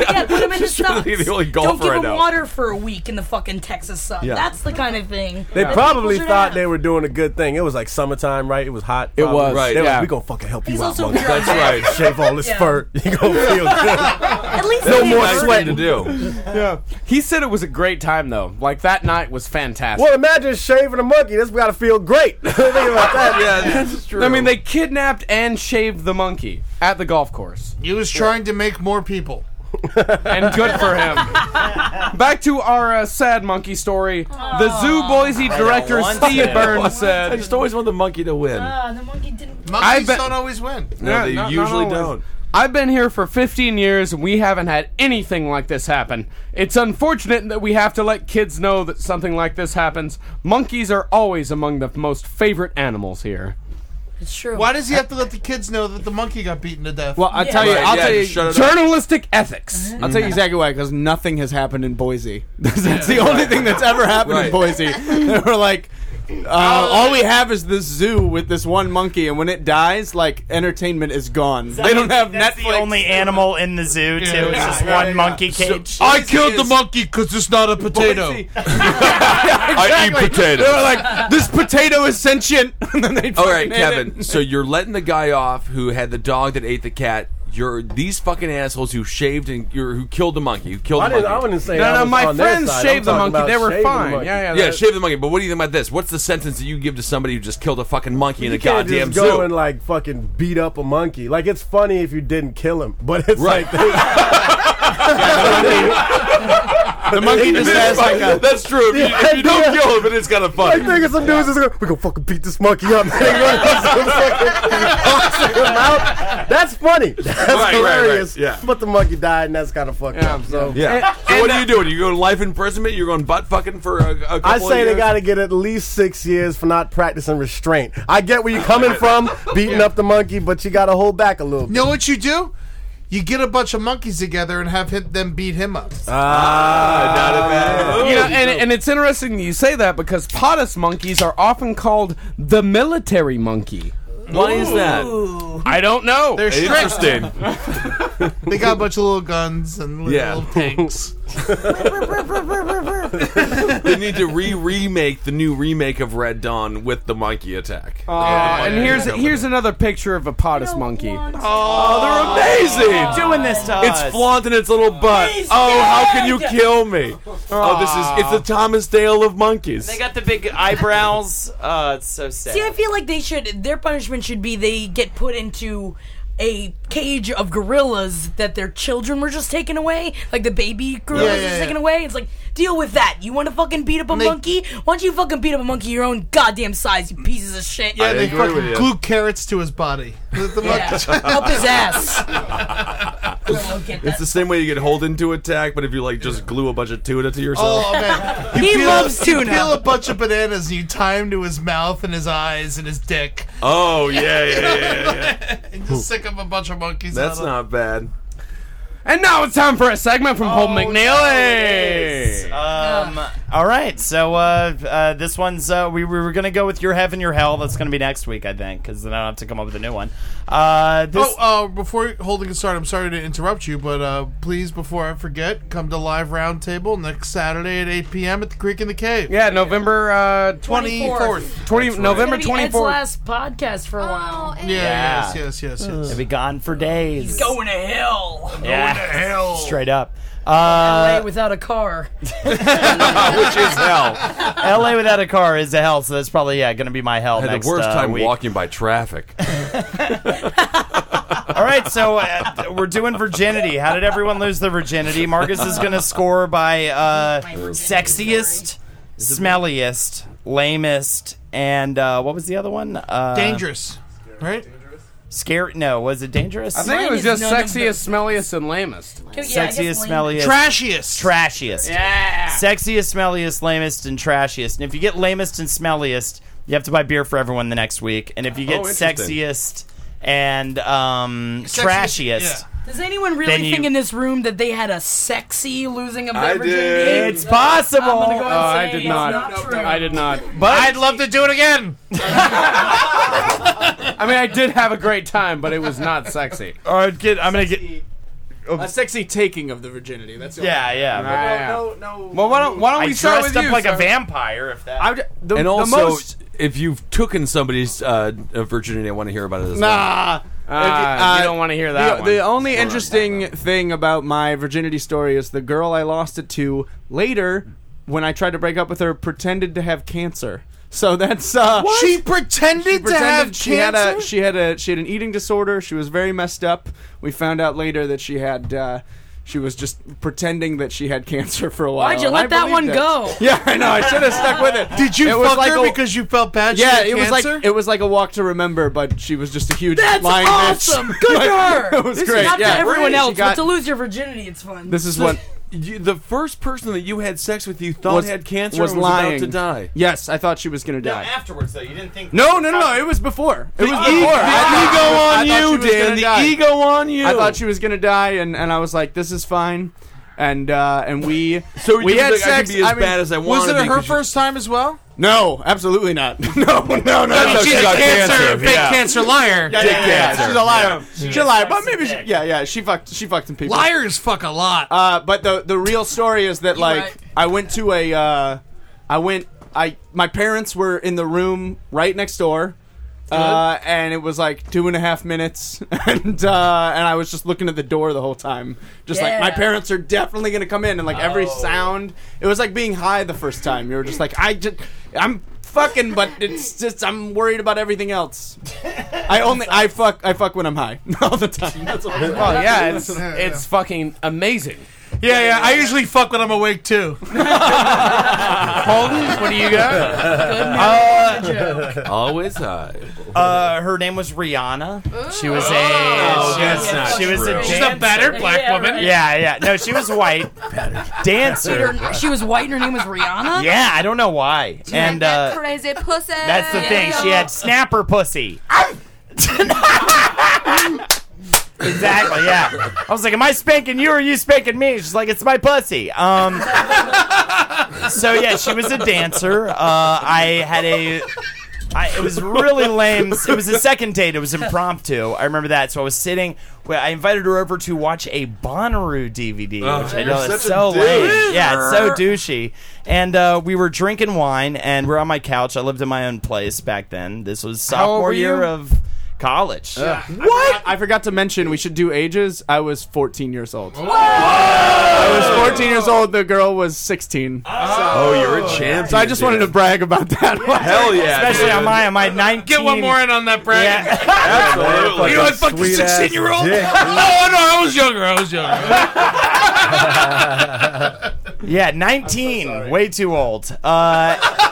yeah, put him in the He's really stocks. the only Don't golfer give I him know. water for a week in the fucking Texas sun. Yeah. That's the kind of thing. They that people probably should thought have. they were doing a good thing. It was like summertime, right? It was hot. It probably. They was, right, were like, yeah. we gonna fucking help you He's out, also monkey. drunk. That's right. Shave all this Yeah. fur. You gonna feel good. At least No they more were- Nice thing to do. Yeah, he said it was a great time though. Like that night was fantastic. well, imagine shaving a monkey. That's gotta feel great. Think about that. Yeah, that's true. I mean, they kidnapped and shaved the monkey at the golf course. He was trying to make more people. and good for him. Back to our uh, sad monkey story. The Zoo Boise director want Steve to. Burns said, I just always want the monkey to win. Ah, the monkey didn't. Monkeys bet- don't always win. No, Yeah, they not- not usually always. don't. I've been here for 15 years and we haven't had anything like this happen. It's unfortunate that we have to let kids know that something like this happens. Monkeys are always among the most favorite animals here. It's true. Why does he have to let the kids know that the monkey got beaten to death? Well, I'll Oh, tell you, Right, I'll yeah, tell you, just shut it up. journalistic ethics. I'll tell you exactly why. Because nothing has happened in Boise. that's the only thing that's ever happened Right. Oh, in Boise. They were like, uh, all we have is this zoo with this one monkey, and when it dies, like entertainment is gone. they don't have That's Netflix. the only animal in the zoo too. It's just one monkey cage. oh, I killed the monkey because it's not a potato. I eat potatoes. They're like, this potato is sentient. and then they All right, fucking ate it. Kevin. So you're letting the guy off who had the dog that ate the cat. You're these fucking assholes who shaved and you're, who killed the monkey. Who killed I the monkey? didn't. I wouldn't say. No, I no, was my on their friends side. I'm shaved the talking monkey. about They were shaving the fine. monkey. Yeah, yeah. yeah, that- shave the monkey. But what do you think about this? What's the sentence that you give to somebody who just killed a fucking monkey in a You can't goddamn just go zoo? and like fucking beat up a monkey. Like it's funny if you didn't kill him, but it's Right. like they, The monkey just has like a. That's true. If you, if you don't kill him, it is kind of like funny. nigga, some dudes is gonna we gonna fucking beat this monkey up. man. They gonna fucking toss him out. That's funny. That's Right, right, right. hilarious. Yeah. But the monkey died, and that's kind of fucked Yeah. up. So Yeah. So what are you doing? You going life imprisonment? You're going butt fucking for a, a couple I of say they years? got to get at least six years for not practicing restraint. I get where you're coming from, beating up the monkey, but you got to hold back a little You bit. know what you do? You get a bunch of monkeys together and have hit them beat him up. Ah, not a bad. You know, and, and it's interesting that you say that because potus monkeys are often called the military monkey. Why is that? I don't know. They're strict. Interesting. They got a bunch of little guns and little, Yeah. tanks. they need to re remake the new remake of Red Dawn with the monkey attack. Uh, and here's here's another picture of a potus monkey. Oh, they're amazing! Doing this to It's us. flaunting its little butt. He's Oh, how can you dead! kill me? Oh, this is it's the Thomas Dale of monkeys. They got the big eyebrows. Uh, it's so sad. See, I feel like they should. Their punishment should be they get put into a cage of gorillas that their children were just taken away, like the baby gorillas Yeah, yeah, were just yeah. taken away. It's like deal with that. You want to fucking beat up a monkey? Why don't you fucking beat up a monkey your own goddamn size? You pieces of shit. Yeah, they agree with fucking you. glue carrots to his body. The, the Yeah. monkey- up his ass. Gorillas get it's that. the same way you get Holden to attack, but if you like just glue a bunch of tuna to yourself. Oh man, you He peel- loves You tuna. peel a bunch of bananas and you tie him to his mouth and his eyes and his dick, Oh, yeah, yeah, yeah, yeah, yeah. and just stick up a bunch of monkeys. That's on him. not bad. And now it's time for a segment from Holden McNeely. Um, All right, so uh, uh, this one's uh, we, we were gonna go with your heaven, your hell. That's gonna be next week, I think, because then I don't have to come up with a new one. Uh, this, oh, uh, before holding it started, I'm sorry to interrupt you, but uh, please, before I forget, come to live roundtable next Saturday at 8 p.m. at the Creek in the Cave. Yeah, November uh, 24th. 20 November It's gonna be Ed's 24th. last podcast for a Oh, while. Yeah, yes, yes, yes, yes. Uh. They'll be gone for days. He's going to hell. yeah, hell. straight up. LA Uh, without a car. which is hell. LA without a car is a hell, so that's probably yeah going to be my hell. I had next, the worst uh, time week. walking by traffic. All right, so uh, we're doing virginity. How did everyone lose their virginity? Marcus is going to score by uh, sexiest, smelliest, lamest, and uh, what was the other one? Uh, Dangerous, right? Scary? No, was it dangerous? I think it was just sexiest, smelliest, and lamest. Sexiest, smelliest, Trashiest. trashiest, Yeah. sexiest, smelliest, lamest, and trashiest. And if you get lamest and smelliest, you have to buy beer for everyone the next week. And if you get Oh, interesting. sexiest and um, Sexiest, trashiest. Does anyone Then really you- think in this room that they had a sexy losing of their I virginity? did. It's possible. I'm gonna go and Oh, I say did it's not. true. I did not. But I'd love to do it again. I mean, I did have a great time, but it was not sexy. All right, kid, I'm gonna get a sexy taking of the virginity. That's the Yeah, only- yeah, but- Right. No, no. Well, why don't why don't I we start dressed with up you, like a sir? vampire. If that. I would- the, and the also, most, if you've taken somebody's uh, uh, virginity, I want to hear about it as Nah. well. Ah, you don't wanna hear that uh, The, one. the only interesting thing about my virginity story is the girl I lost it to later, when I tried to break up with her, pretended to have cancer. So that's uh, She pretended, to have she had a cancer? she had a she had an eating disorder. She was very messed up. We found out later that she had uh, she was just pretending that she had cancer for a while. Why'd you and let I that believed one it. go? Yeah, I know. I should have stuck with it. Did you It was fuck like her a- because you felt bad? she yeah, had it was like cancer? it was like a walk to remember, but she was just a huge That's lying awesome. bitch. Good Like, for her. It was this great. Is not yeah, to everyone She else, got- but to lose your virginity, it's fun. This is what you, the first person that you had sex with, you thought had cancer was and was lying about to die. Yes, I thought she was gonna die. afterwards, though, you didn't think. No, no, no, no! It was before. It was The before. ego- I the ego on thought- I thought she you, was gonna Dan. The die. ego on you. I thought she was gonna die, and, and I was like, "This is fine," and uh, and we So you we were had like, I can sex. be as mean, bad as I was wanna it be her 'cause you- first time as well? No, absolutely not. no, no, no. That's how she got cancer, Big yeah. cancer liar. Yeah, yeah, yeah, yeah. She's a liar. Yeah. She's a liar. But maybe she, yeah, yeah. She fucked. She fucked some people. Liars fuck a lot. Uh, but the the real story is that like right. I went to a uh, I went I my parents were in the room right next door. Uh, and it was like two and a half minutes, and uh, and I was just looking at the door the whole time, just like my Yeah. parents are definitely gonna come in, and like every sound, it was like being high the first time. You were just like, I just, I'm fucking, but it's just I'm worried about everything else. I only I fuck I fuck when I'm high all the time. That's what I'm Oh yeah, it's it's fucking amazing. Yeah, yeah. I usually fuck when I'm awake too. Holden, what do you got? Good memory. Always high. Uh, her name was Rihanna. She was a. Oh, she was, that's not she was true. a. She's a dancer. better black Yeah, woman. right. Yeah, yeah. No, she was white. Wait, dancer. her- she was white and her name was Rihanna? Yeah, I don't know why. And uh, Crazy pussy. that's the thing. She had snapper pussy. Exactly. Yeah. I was like, "Am I spanking you or are you spanking me?" She's like, "It's my pussy." Um. So yeah, she was a dancer. Uh, I had a. I, it was really lame. It was the second date. It was impromptu. I remember that. So I was sitting. Well, I invited her over to watch a Bonnaroo DVD, Uh-huh. Oh, which I you're know is such a so douche. lame. Yeah, it's so douchey. And uh, we were drinking wine, and we're on my couch. I lived in my own place back then. This was How old were sophomore year you? of college. Uh, What? I forgot, I forgot to mention we should do ages. I was 14 years old. I was 14 years old. The girl was 16. Oh, you're a champion. So I just wanted to brag about that. Hell yeah, Especially dude. on my on my nineteen. Get one more in on that brag. Absolutely. You know, I fucked a 16 year old. No, no, I was younger. I was younger. Yeah, 19. way too old. Uh,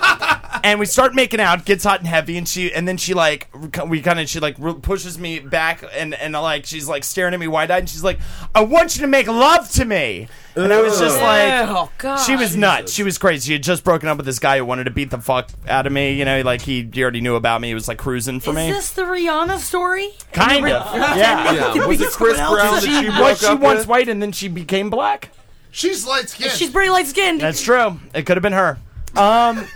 and we start making out, gets hot and heavy, and she, and then she like, we kind of, she like re- pushes me back, and and like, she's like staring at me wide eyed, and she's like, "I want you to make love to me," and I was just Ew. like, Oh, God. she was nuts. She was crazy. She had just broken up with this guy who wanted to beat the fuck out of me. You know, like he, he already knew about me. He was like cruising for Is me. this the Rihanna story? Kind of. Yeah. Yeah. Was it Chris Brown that she you was broke she up once with? white and then she became black? She's light skinned. She's pretty light skinned. That's true. It could have been her. Um.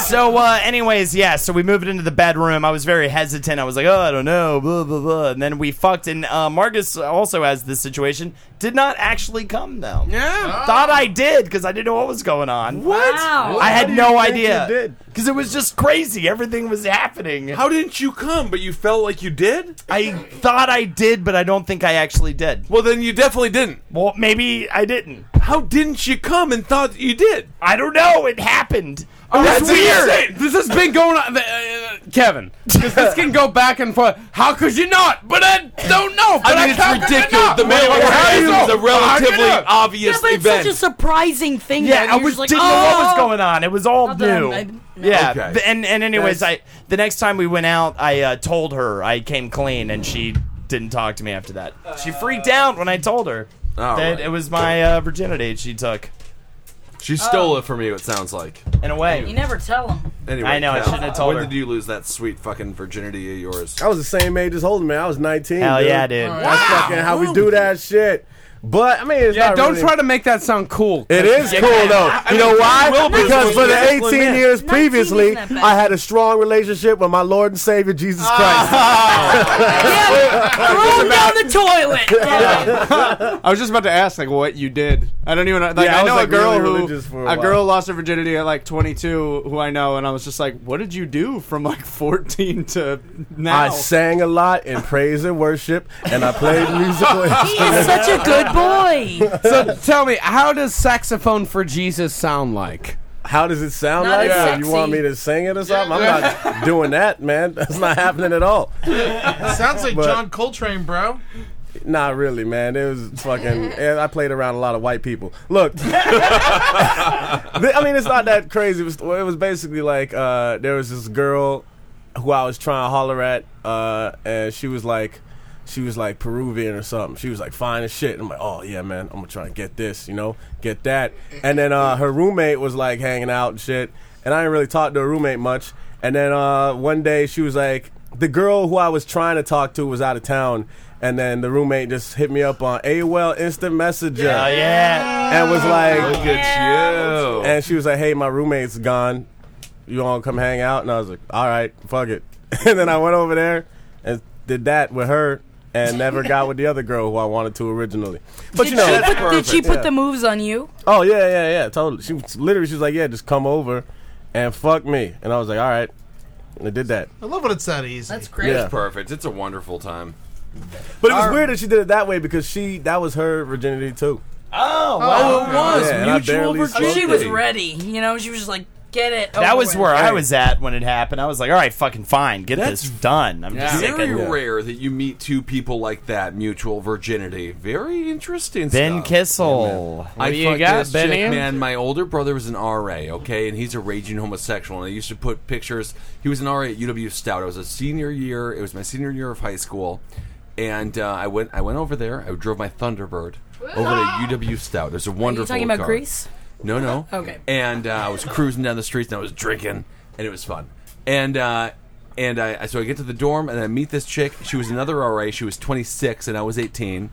so, uh, anyways, yeah. So we moved into the bedroom. I was very hesitant. I was like, oh, I don't know, blah blah blah. And then we fucked. And uh, Marcus also has this situation. Did not actually come though. Yeah. Thought I did because I didn't know what was going on. What? Wow. I had Why do no you think idea. you Because it was just crazy. Everything was happening. How didn't you come? But you felt like you did. I thought I did, but I don't think I actually did. Well, then you definitely didn't. Well, maybe I didn't. How didn't you come and thought you did? I don't know. It happened. Uh, Oh, That's that's weird. weird. This has been going on, uh, uh, Kevin. 'cause this can go back and forth. How could you not? But I don't know. But I mean, how it's could you ridiculous. not? The male Well, how do you orgasm is know? a relatively How do you know? obvious yeah, but it's event. such a surprising thing. Yeah, that I you're was just like, didn't know what was "Oh." going on. It was all Not that new. I'm- I- Yeah, Okay. th- and and anyways, That's- I the next time we went out, I uh, told her I came clean, and she didn't talk to me after that. She freaked out when I told her All that right. it was my uh, virginity she took. She stole it from you. It sounds like. in a way. You never tell them. Anyway, I know, I Cal, shouldn't have told When her. did you lose that sweet fucking virginity of yours? I was the same age as Holden, man. I was 19. Hell dude. yeah, dude. That's fucking how we do that shit. But I mean, it's Yeah, not don't really- try to make that sound cool. It is cool though. You know why? Because for the 18 years previously, isn't that I had a strong relationship with my Lord and Savior Jesus Christ. Ah. Throw him down the toilet. I was just about to ask like what you did. I don't even know. Like, Yeah, I I was, know like, a girl really who religious for a a, while. girl lost her virginity at like 22, who I know, and I was just like, "What did you do from like 14 to now?" I sang a lot in praise and worship, and I played musical He instruments. boy. so tell me, how does saxophone for Jesus sound like? How does it sound Not like? as Yeah, You want sexy. me to sing it or something? I'm not doing that, man. That's not happening at all. Sounds like But- John Coltrane, bro. Not really, man. It was fucking. and I played around a lot of white people. Look, th- I mean, it's not that crazy. It was, well, it was basically like uh, there was this girl who I was trying to holler at, uh, and she was like, she was like Peruvian or something. She was like fine as shit. I'm like, oh yeah, man. I'm gonna try and get this, you know, get that. And then uh, her roommate was like hanging out and shit, and I didn't really talk to her roommate much. And then uh, one day she was like, the girl who I was trying to talk to was out of town, and then the roommate just hit me up on AOL Instant Messenger. Yeah, yeah. And was like, Look at you. And she was like, hey, my roommate's gone. You want to come hang out? And I was like, all right, fuck it. And then I went over there and did that with her and never got with the other girl who I wanted to originally. But did you know, she that's put, did she perfect. put Yeah. the moves on you? Oh yeah, yeah, yeah, totally. She was, literally she was like, "Yeah, just come over and fuck me," and I was like, "All right," and I did that. I love when it's that easy. That's It's great. perfect. It's a wonderful time. But it was weird that she did it that way because she that was her virginity too. Oh, wow. wow. it was Yeah, and I mutual barely virginity. she was spoke. ready. You know, she was just like, get it. That over was with. where I was at when it happened. I was like, all right, fucking fine, get That's- this done. I'm just It's sick of very it. rare that you meet two people like that, mutual virginity. Very interesting Ben stuff. Kissel. I fucked this chick, man. My older brother was an RA, okay, and he's a raging homosexual. And I used to put pictures. He was an RA at UW Stout. I was a senior year. It was my senior year of high school, and uh, I went. I went over there. I drove my Thunderbird over to UW Stout. There's a Are you wonderful. talking about car. Greece? No, no. Okay. And uh, I was cruising down the streets and I was drinking and it was fun. And uh, and I so I get to the dorm and I meet this chick. She was another RA. She was 26 and I was 18.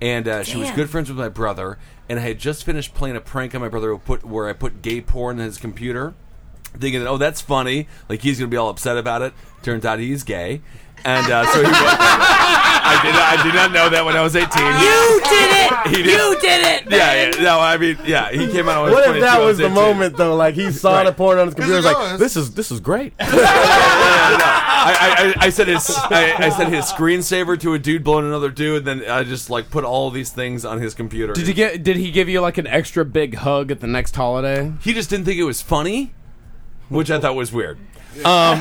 And uh, she was Damn. good friends with my brother. And I had just finished playing a prank on my brother who put where I put gay porn in his computer, thinking that oh that's funny, like he's gonna be all upset about it. Turns out he's gay. And uh, so he was, I did not, I did not know that when I was 18. You did it. He did. You did it. Yeah, yeah. No, I mean, yeah. He came out. When I What if 22, that I was the 18. moment though? Like he saw the porn on his computer, was like, goes. "This is this is great." I, I, I said his I, I said his screensaver to a dude blowing another dude. Then I just like put all these things on his computer. Did you get? Did he give you like an extra big hug at the next holiday? He just didn't think it was funny, which I thought was weird. Um,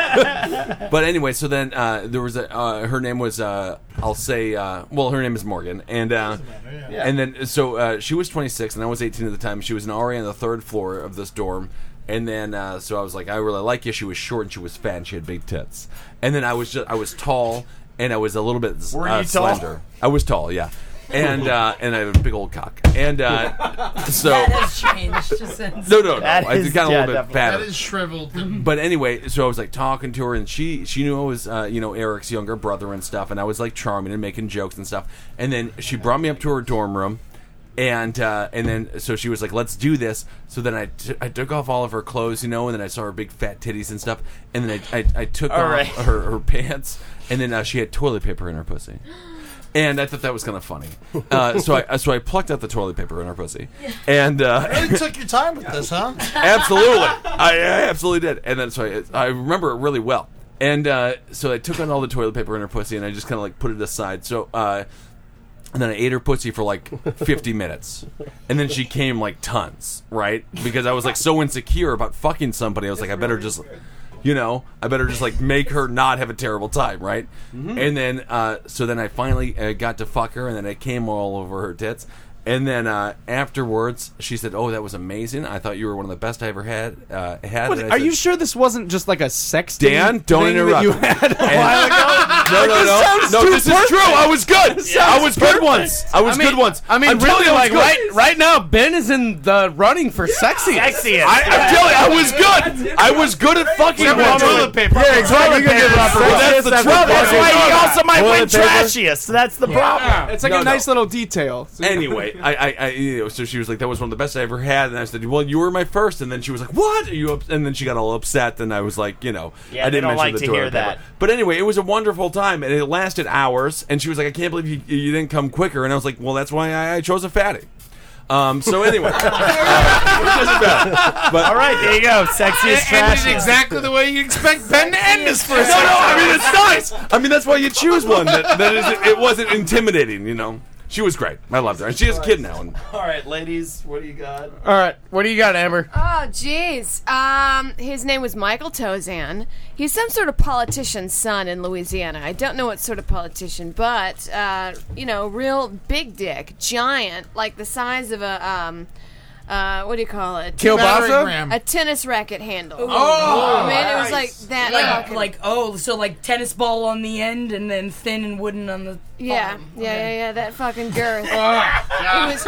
but anyway, so then uh, there was a uh, her name was uh, I'll say uh, well her name is Morgan and uh, and then so uh, she was 26 and I was 18 at the time. She was an RA on the third floor of this dorm. And then, uh, so I was like, I really like you. She was short and she was fat and she had big tits. And then I was just, I was tall and I was a little bit Were uh, you tall? slender. I was tall, yeah. And uh, and I had a big old cock. And uh, so That has changed since. no, no, no. That I is- just got a yeah, little bit definitely. fatter. That is shriveled. But anyway, so I was like talking to her, and she she knew I was uh, you know Eric's younger brother and stuff, and I was like charming and making jokes and stuff. And then she brought me up to her dorm room, And uh, and then so she was like, "Let's do this." So then I, t- I took off all of her clothes, you know, and then I saw her big fat titties and stuff. And then I, I, I took All off right. her, her pants, and then uh, she had toilet paper in her pussy. And I thought that was kind of funny, uh, so I so I plucked out the toilet paper in her pussy, and uh, really took your time with this, huh? absolutely. I, I absolutely did. And then so I, I remember it really well. And uh, so I took on all the toilet paper in her pussy and I just kind of like put it aside. So, uh, and then I ate her pussy for like 50 minutes. And then she came like tons, right? Because I was like so insecure about fucking somebody. I was like, I better just. You know, I better just like make her not have a terrible time, right? Mm-hmm. Mhm. And then, uh, so then I finally uh, got to fuck her, and then I came all over her tits. And then uh, afterwards, she said, "Oh, that was amazing! I thought you were one of the best I ever had." Uh, had What- And I are said, you sure this wasn't just like a sex? Dan, don't thing interrupt. That you had a And- while ago. No, no, Like, this no. sounds No, too this is perfect. true. I was good. This I sounds was good perfect. once. I was mean- good once. I mean, I'm telling really, you, I was like good. right right now, Ben is in the running for sexiest. Sexiest. I, I'm telling you, I was good. I was good at fucking Except for women. toilet paper. Yeah, exactly. You can give it up for Well, that's the That's trouble. why- that's why he also might Toilet win paper. trashiest. That's the problem. It's like a nice little detail. anyway, I, I, I you know, so she was like, "That was one of the best I ever had," and I said, "Well, you were my first. and then she was like, "What?" Are you up-? and then she got all upset, and I was like, "You know, Yeah, I they didn't don't mention like the to toilet hear paper. that. But anyway, it was a wonderful time, and it lasted hours. And she was like, "I can't believe you, you didn't come quicker," and I was like, "Well, that's why I, I chose a fatty." Um, so anyway, all right, there you go, Ended sexiest trash. exactly the way you expect Ben to end this for No, a no, second. I mean it's nice. I mean that's why you choose one that, that is, it wasn't intimidating. You know, she was great. I loved her, and she has a kid now. And All right, ladies, what do you got? All right, what do you got, Amber? Oh, jeez. Um, his name was Michael Tozan. He's some sort of politician's son in Louisiana. I don't know what sort of politician, but uh, you know, real big dick, giant, like the size of a um, uh, what do you call it? Kielbasa? Battering ram. A tennis racket handle. Ooh. Oh, I mean, it was like Nice. that. Oh, Like, fucking- like, oh, so like tennis ball on the end and then thin and wooden on the. Yeah, bottom. yeah, yeah, Okay. yeah. That fucking girth. yeah. it was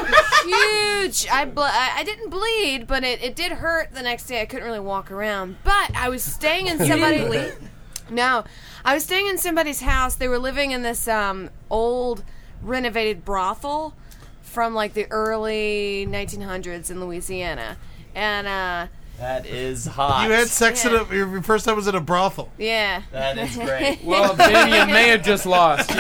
huge. I, ble- I I didn't bleed, but it, it did hurt the next day. I couldn't really walk around. But I was staying in You didn't somebody. bleed? No, I was staying in somebody's house. They were living in this um, old renovated brothel from like the early 1900s in Louisiana, and uh, That is hot. You had sex Yeah. at a, your first time was at a brothel. yeah, That is great. Well, Ben, you may have just lost.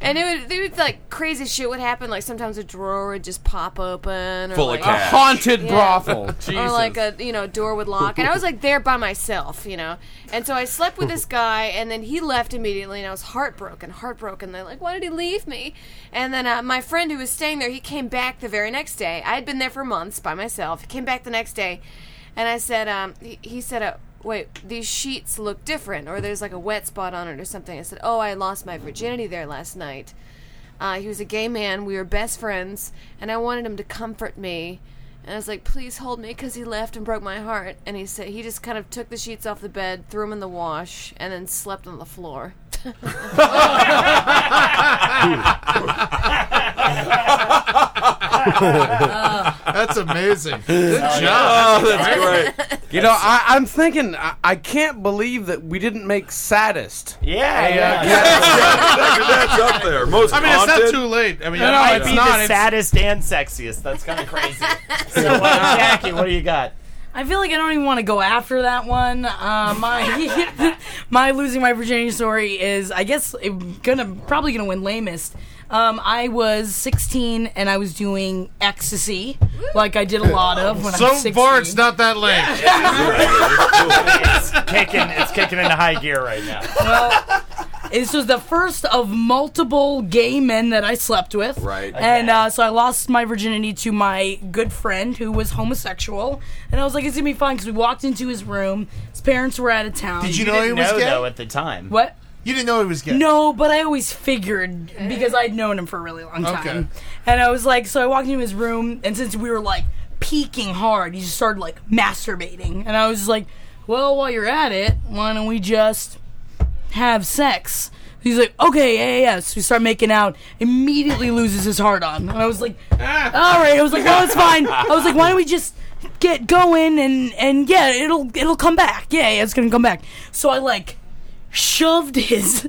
And it would, they would like crazy shit would happen. Like sometimes a drawer would just pop open, or Full of like cash. A haunted brothel. or Jesus. like a you know door would lock. And I was like there by myself, you know. And so I slept with this guy, and then he left immediately, and I was heartbroken, heartbroken. They're like, why did he leave me? And then uh, my friend who was staying there, he came back the very next day. I had been there for months by myself. He came back the next day, and I said, um, he, he said, uh, wait, these sheets look different, or there's like a wet spot on it or something. I said, oh, I lost my virginity there last night. Uh, he was a gay man. We were best friends, and I wanted him to comfort me. And I was like, please hold me, because he left and broke my heart. And he said he just kind of took the sheets off the bed, threw them in the wash, and then slept on the floor. that's amazing. Good job. great. You know, I, I'm thinking, I, I can't believe that we didn't make saddest. Yeah, yeah. uh, that's up there. Most I mean, it's not too late. I mean, No, That no, might it's be not. the It's- saddest and sexiest. That's kind of crazy. so, uh, Jackie, what do you got? I feel like I don't even want to go after that one. Uh, my my losing my virginity story is, I guess, it- gonna probably gonna win lamest. Um, I was 16 and I was doing ecstasy, like I did a lot of when I so was 16. far it's not that late. It's kicking. It's kicking into high gear right now. This was the first of multiple gay men that I slept with. Right. And uh, so I lost my virginity to my good friend who was homosexual. And I was like, it's going to be fine because we walked into his room. His parents were out of town. Did you, know he was gay? though at the time? What? You didn't know he was No, but I always figured because I'd known him for a really long time. Okay. And I was like, so I walked into his room, and since we were like peeking hard, he just started like masturbating. And I was like, well, while you're at it, why don't we just have sex? He's like, okay, yeah, yeah, yeah. So we start making out, immediately loses his heart on. And I was like, all right. I was like, no, it's fine. I was like, why don't we just get going and, and yeah, it'll, it'll come back. Yeah, yeah, it's going to come back. So I like shoved his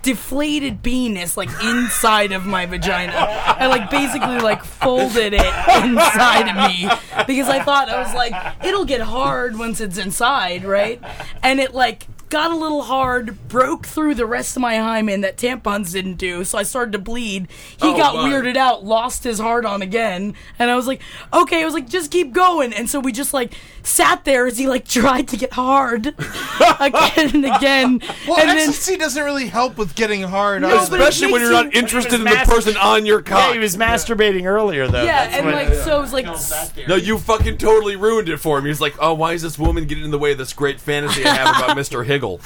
deflated penis like inside of my vagina. I like basically like folded it inside of me because I thought I was like it'll get hard once it's inside, right? And it like got a little hard, broke through the rest of my hymen that tampons didn't do, so I started to bleed. He Oh, got my. weirded out, lost his heart on again, and I was like, okay, I was like, just keep going. And so we just like sat there as he like tried to get hard again and again. Well, and then ecstasy doesn't really help with getting hard. No, but it Especially when makes you're not you- interested in the person on your cock. Yeah, he was masturbating earlier though. yeah, That's and when- like so it was like No, you fucking totally ruined it for him. He's like, oh, why is this woman getting in the way of this great fantasy I have about Mr. Higgle?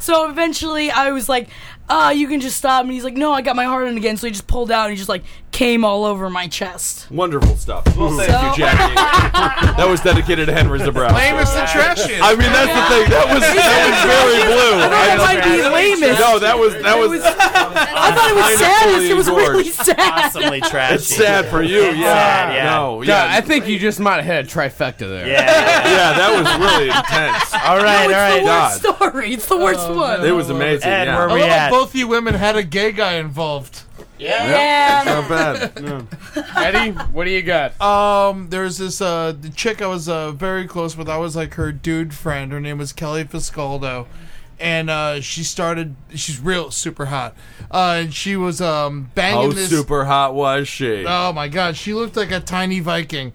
so eventually I was like, uh, you can just stop. And he's like, no, I got my heart on again. So he just pulled out and he just like came all over my chest. Wonderful stuff. Well, thank So- you, Jackie. that was dedicated to Henry Zabrowski. Lamest and trashiest. I mean, that's the thing. That was that was I thought very it blue. might be lamest. No, that was that was. I thought it was saddest. It was really sad. Awesomely trashy. It's sad for you. Yeah. It's sad, yeah. No. Yeah, Yeah. I think you just might have had a trifecta there. Yeah. yeah. That was really intense. All right, no, it's all right. the worst God. story. It's the worst one. It was amazing. Ed, yeah. where we I love how at? both you women had a gay guy involved. Yeah. Not bad. Eddie, what do you got? Um, there's this uh the chick I was uh very close with. I was like her dude friend. Her name was Kelly Fiscaldo, and uh she started. She's real super hot. Uh, and she was um banging How this. Oh, super hot was she? Oh my god, she looked like a tiny Viking.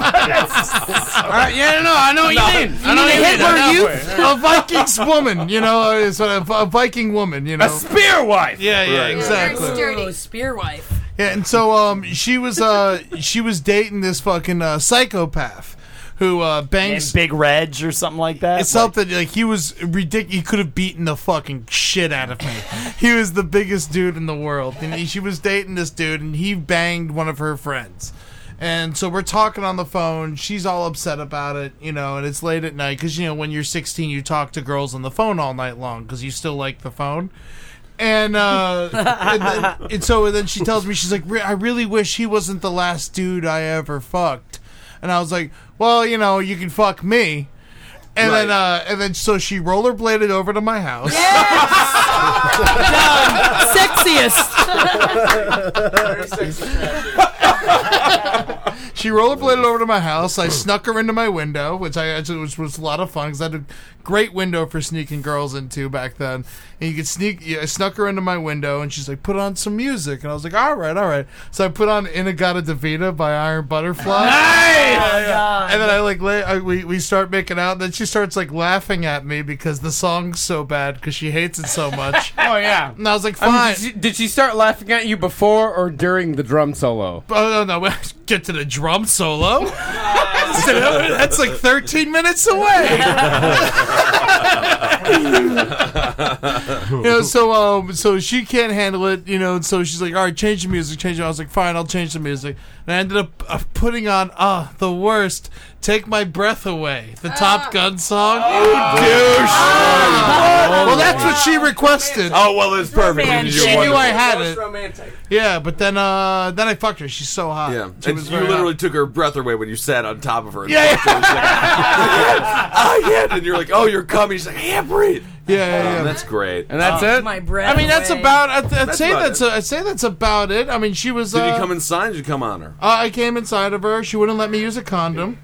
All right, yeah, no, no, I know what you mean. I know what you mean. I know. a Viking's woman, you know, is a, a Viking woman, you know, a spear wife. Yeah, yeah, Right. exactly. Oh, spear wife. Yeah, and so um, she was uh, she was dating this fucking uh, psychopath who uh, bangs Big Reg or something like that. It's something like he was ridiculous. He could have beaten the fucking shit out of me. he was the biggest dude in the world, and he, she was dating this dude, and he banged one of her friends. And so we're talking on the phone. She's all upset about it, you know, and it's late at night because you know when you're 16, you talk to girls on the phone all night long because you still like the phone. And, uh, and, then, and so then she tells me, she's like, "Re- I really wish he wasn't the last dude I ever fucked. And I was like, well, you know, you can fuck me. And then, uh, and then, so she rollerbladed over to my house. she rollerbladed over to my house. I snuck her into my window, which I actually which was a lot of fun because I had a great window for sneaking girls into back then. And you could sneak. yeah, I snuck her into my window, and she's like, "Put on some music," and I was like, "All right, all right." So I put on "Inagata Davida" by Iron Butterfly. Yeah, yeah. And then I like lay, I, we we start making out, and then she starts like laughing at me because the song's so bad because she hates it so much. Oh yeah. And I was like, I mean, "Fine." did, she, did she start laughing at you before or during the drum solo? Oh no! no. Get to the drum solo. That's like 13 minutes away. you know, so um, so she can't handle it, you know, and so she's like, all right, change the music, change it. I was like, fine, I'll change the music, and I ended up uh, putting on ah the worst, take my breath away, the Ah. Top Gun song. Oh. douche. well, that's what she requested. Oh well, it's perfect. You did your She knew wonderful- I had Most it. Yeah, but then uh, then I fucked her. She's so hot. Yeah, she and was you very hot. literally took her breath away when you sat on top of her. And Yeah, fucked her. She's like, oh yeah, and you're like, oh, you're coming. She's like, I can't breathe. Yeah, yeah, Oh, yeah. that's great. And that's it. Oh My breath. I mean, that's about. I'd, I'd That's say about that's. A, I'd say that's about it. I mean, she was. Did uh, you come inside? Did you come on her? Uh, I came inside of her. She wouldn't let me use a condom.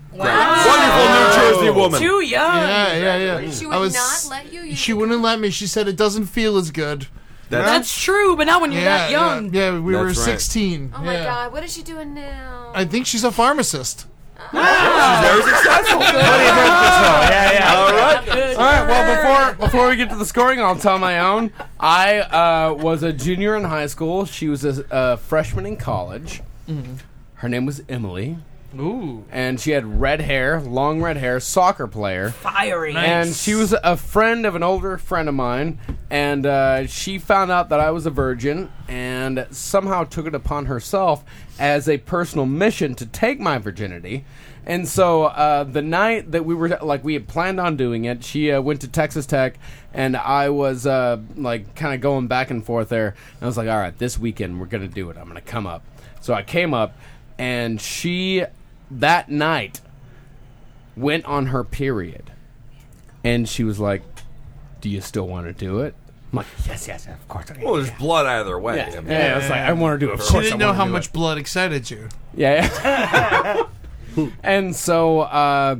Wonderful New Jersey woman. Too young. Yeah, yeah, yeah. She I would was, not let you use She wouldn't let me. She said it doesn't feel as good. That's- That's true, but not when you're yeah, that young. Yeah, yeah, we were That's right. 16. Oh my yeah. god, what is she doing now? I think she's a pharmacist. Very successful. yeah, yeah. All right. All right. Well, before before we get to the scoring, I'll tell my own. I uh, was a junior in high school. She was a, a freshman in college. Her name was Emily. Ooh. And she had red hair, long red hair, soccer player. Fiery. And she was a friend of an older friend of mine, and uh, she found out that I was a virgin, and somehow took it upon herself as a personal mission to take my virginity. And so uh, the night that we were like we had planned on doing it, she uh, went to Texas Tech, and I was uh, like kind of going back and forth there. And I was like, all right, this weekend we're gonna do it. I'm gonna come up. So I came up, and she that night went on her period and she was like, do you still want to do it? I'm like, yes, yes, of course. I Well, there's blood either way. Yeah. Yeah, I was like, I wanna do it. Of She course didn't I know wanna how do much blood excited you. Yeah. and so uh,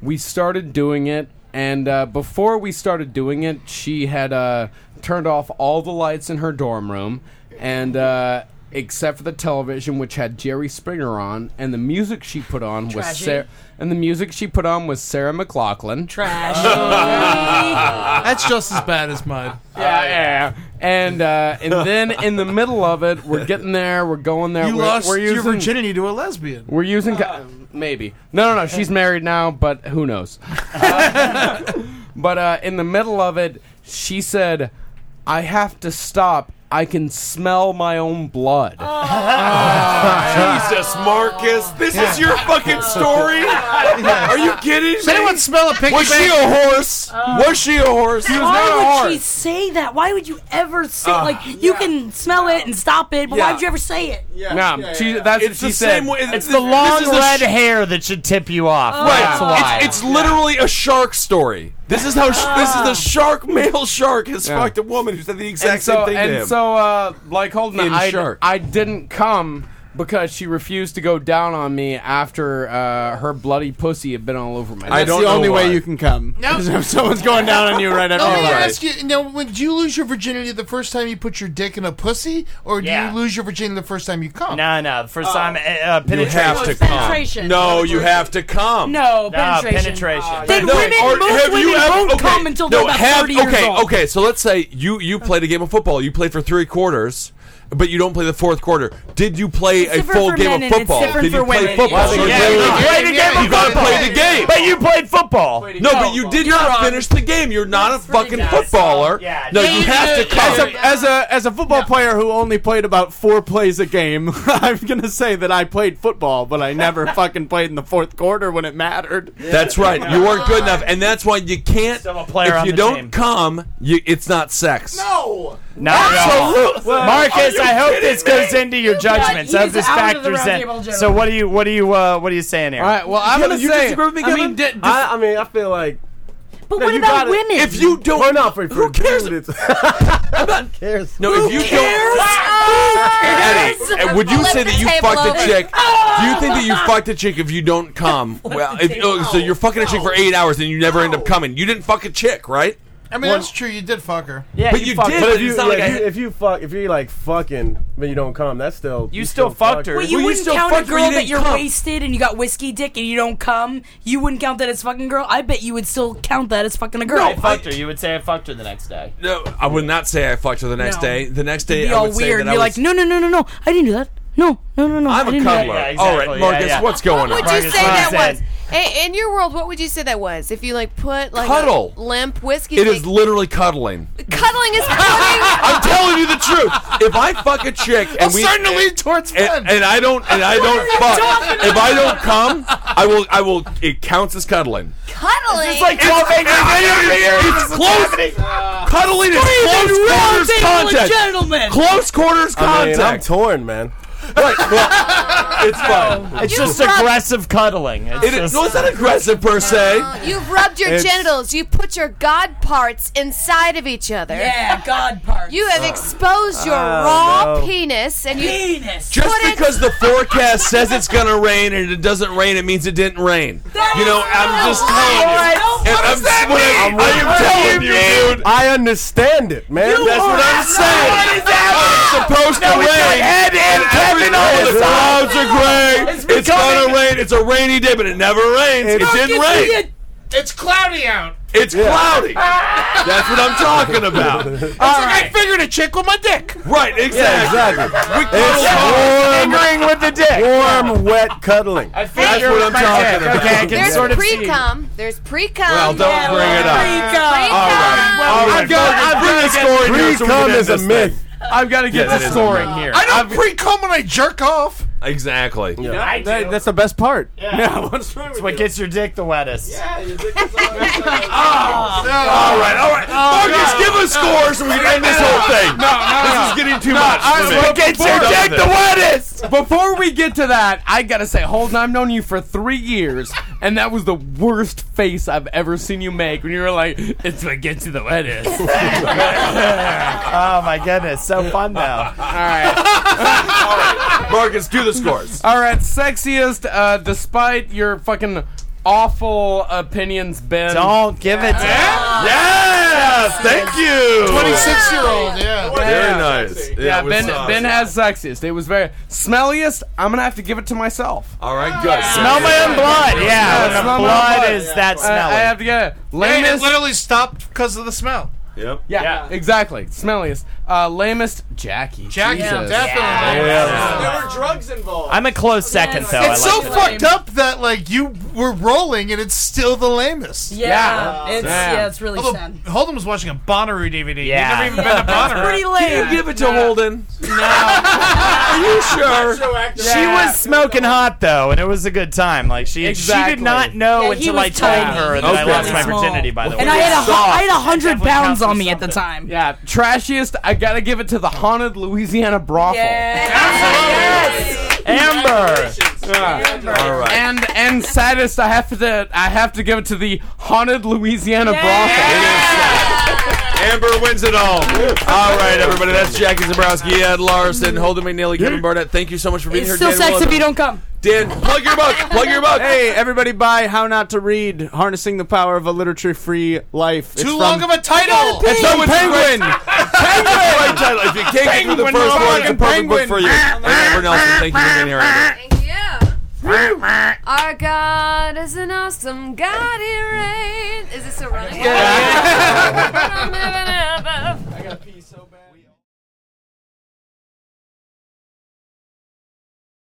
we started doing it, and uh, before we started doing it, she had uh, turned off all the lights in her dorm room, and uh, except for the television, which had Jerry Springer on, and the music she put on was Trashy. Sarah, and the music she put on was Sarah McLaughlin. Trash. That's just as bad as mine. Yeah, yeah. Uh, And uh, and then in the middle of it, we're getting there. We're going there. You we're, lost we're your using- virginity to a lesbian. We're using co- maybe. No, no, no. She's married now, but who knows? Uh, but uh, in the middle of it, she said, "I have to stop. I can smell my own blood." Oh. Jesus, Marcus, this is your fucking story. Are you kidding? Does anyone smell a piggy Was she bank? a horse? Was she a horse? why Oh. would she say that? Why would you ever say Uh, like you can smell it and stop it? But Yeah. why would you ever say it? No, she, that's It's what she the said. same way- It's the long red hair that should tip you off. Right. That's why. It's, it's literally a shark story. This is how. Sh- this is Ah. the shark. Male shark has Yeah. fucked a woman who said the exact and so, same thing and to him. so, uh, like, hold on, In I, shark. I didn't come because she refused to go down on me after uh, her bloody pussy had been all over my. That's the only way you can come. No. If someone's going down on you right after Let you me arrive. ask you: Now, when did you lose your virginity the first time you put your dick in a pussy, or do Yeah. you lose your virginity the first time you come? No, no. First time uh, uh, you penetration. have to come. No, you have to come. No, penetration. No, or have you ever- okay, no, have- okay, Okay, so let's say you you played a game of football. You played for three quarters, but you don't play the fourth quarter. Did you play a different full for game men of and it's football? different Did you for play women. football? Yeah, Yeah, you yeah, played the yeah, game of You gotta football. play the game. But you played football. No, but you did not finish the game. You're not a fucking footballer. No, you have to As come. a, as a as a football player who only played about four plays a game, I'm gonna say that I played football, but I never fucking played in the fourth quarter when it mattered. That's right. You weren't good enough, and that's why you can't. player if on you the don't team. come, you, it's not sex. No. Not at all. Absolutely. Marcus, Are you I hope kidding this goes me? into your He's judgments out- as he's this out of the factors roundtable in. gentleman. So what do you what do you uh, what are you saying here? All right, well, I'm gonna you say- disagree with me, I mean, Kevin? I, I mean, I feel like. But No, what you about gotta- women? If you don't, well, not for, for who cares? cares? No, if you don't, Eddie, cares? uh, would you Flip say the that you table fucked a over. chick? Do you think that you fucked a chick if you don't come? Well, if, oh, so you're fucking a chick for eight hours and you never end up coming. You didn't fuck a chick, right? I mean, that's true. You did fuck her. Yeah, But you you fucked did, her. But but if you, it's not yeah, like if I- you if you fuck if you like fucking but you don't come, that's still you, still, fucked Well, you wouldn't count a girl that you're wasted and you got whiskey dick and you don't come. You wouldn't count that as fucking girl. I bet you would still count that as fucking a girl. I fucked her. You would say I fucked her the next day. No, I would not say I fucked her the next No. day. The next You'd day, be I all would say weird. that and I Be was like, no, no, no, no, no. I didn't do that. No, no, no, no. I'm I a didn't do that." cuddler. All right, Marcus, what's going What on? would you say that was? In- in your world, what would you say that was? If you like put like a Cuddle. limp whiskey. It dick- is literally cuddling. cuddling is cuddling. I'm telling you the truth. If I fuck a chick and I'm we starting to and- lean towards and, and I don't and I don't fuck, if I don't come, I will I will. It counts as cuddling. cuddling. It's like 12 angry men over here. It's close. Cuddling is Breathe close and roll, quarters table of contact. gentlemen. Close quarters I mean, I'm contact. torn, man. Right, well, it's fun. It's just aggressive cuddling. It's It is, just- no, it's not aggressive per se. You've rubbed your It's- genitals. You put your god parts inside of each other. Yeah, god parts. You have exposed your Uh, Oh, raw no. penis and you penis. Just because the forecast says it's gonna rain and it doesn't rain, it means it didn't rain. you know, I'm just telling you. And I'm, what I- I am telling you, dude. I understand it, man. You That's what are- I'm saying. What is happening? supposed to No, it's rain. not. Ed and Kevin are every- all the the clouds are gray. It's It's, gonna rain. It's a rainy day, but it never rains. It, didn't rain. It's cloudy out. It's cloudy. That's what I'm talking about. I figured a chick with my dick. Right, exactly. exactly. It's warm, with the dick. Warm, wet cuddling. I That's what I'm talking about. Okay, I there's pre cum. There's pre cum. Well, don't bring it up. Pre-cum. All right. Well, All right. I've got- Fergus, I've bring got the to get- scoring here so we Pre-cum can end is a this myth. thing. I've got to get Yeah, the that is a scoring myth. here. I don't pre cum when I jerk off. Exactly. I do. That- that's the best part. Yeah. what's wrong It's what gets your dick the wettest. Yeah, your dick is All right, all right. Marcus, Oh, give a score so we can end this whole thing. No, no, This no. is getting too No, much. I- for me. what gets your dick the wettest? Before we get to that, I gotta say, Holden, I've known you for three years, and that was the worst face I've ever seen you make when you were like, "It's what gets you the wettest." oh my goodness, so fun though. All right, Marcus, do the scores. all right. Sexiest, uh, despite your fucking awful opinions, Ben. Don't give it. To Yes, thank you. 26 year old, yeah. Very nice. Yeah, it was Ben. awesome. Ben has sexiest. It was very smelliest. I'm gonna have to give it to myself. All right, good. Smell my own blood. Yeah, when the smell my own Uh, blood is that I- I, smelly. have to get it. And it Lamest. literally stopped because of the smell. Yep. Yeah, exactly. Smelliest. Uh, lamest. Jackie. Jackie, Jesus. definitely. Yeah. were drugs involved. I'm a close second though. it's I so like fucked it. up that like you were rolling and it's still the lamest. Yeah, it's yeah, it's really Although, sad. Holden was watching a Bonnaroo DVD. Yeah. Yeah. He'd never even been to That's Bonnaroo. pretty lame. You give it to Holden. Are you sure? She Yeah. was smoking hot though, and it was a good time. Like she, she Exactly. did not know Yeah, he until was I told tiny. her that I Okay. lost my Small. virginity. By the way, And I had a hu- I had a That hundred definitely pounds counts on for me at the time. Yeah, trashiest. I gotta give it to the haunted Louisiana brothel. Amber. All right. And and saddest, I have to I have to give it to the haunted Louisiana brothel. Amber wins it all. All right, everybody. That's Jackie Zabrowski, Ed Larson, Holden McNally, Kevin Barnett. Thank you so much for being It's here. still Dan sex Willem. if you don't come. Dan, plug your book. Plug your book. Hey, everybody buy How Not to Read, Harnessing the Power of a Literature-Free Life. It's Too from- long of a title. It's from Penguin! Great title. If you can't get through the Penguin first one, it's a Morgan perfect book Penguin. for you. And Amber Nelson, thank you for being here. Amber. Yeah. Our God is an awesome God. He reigns. Is it still running? Yeah.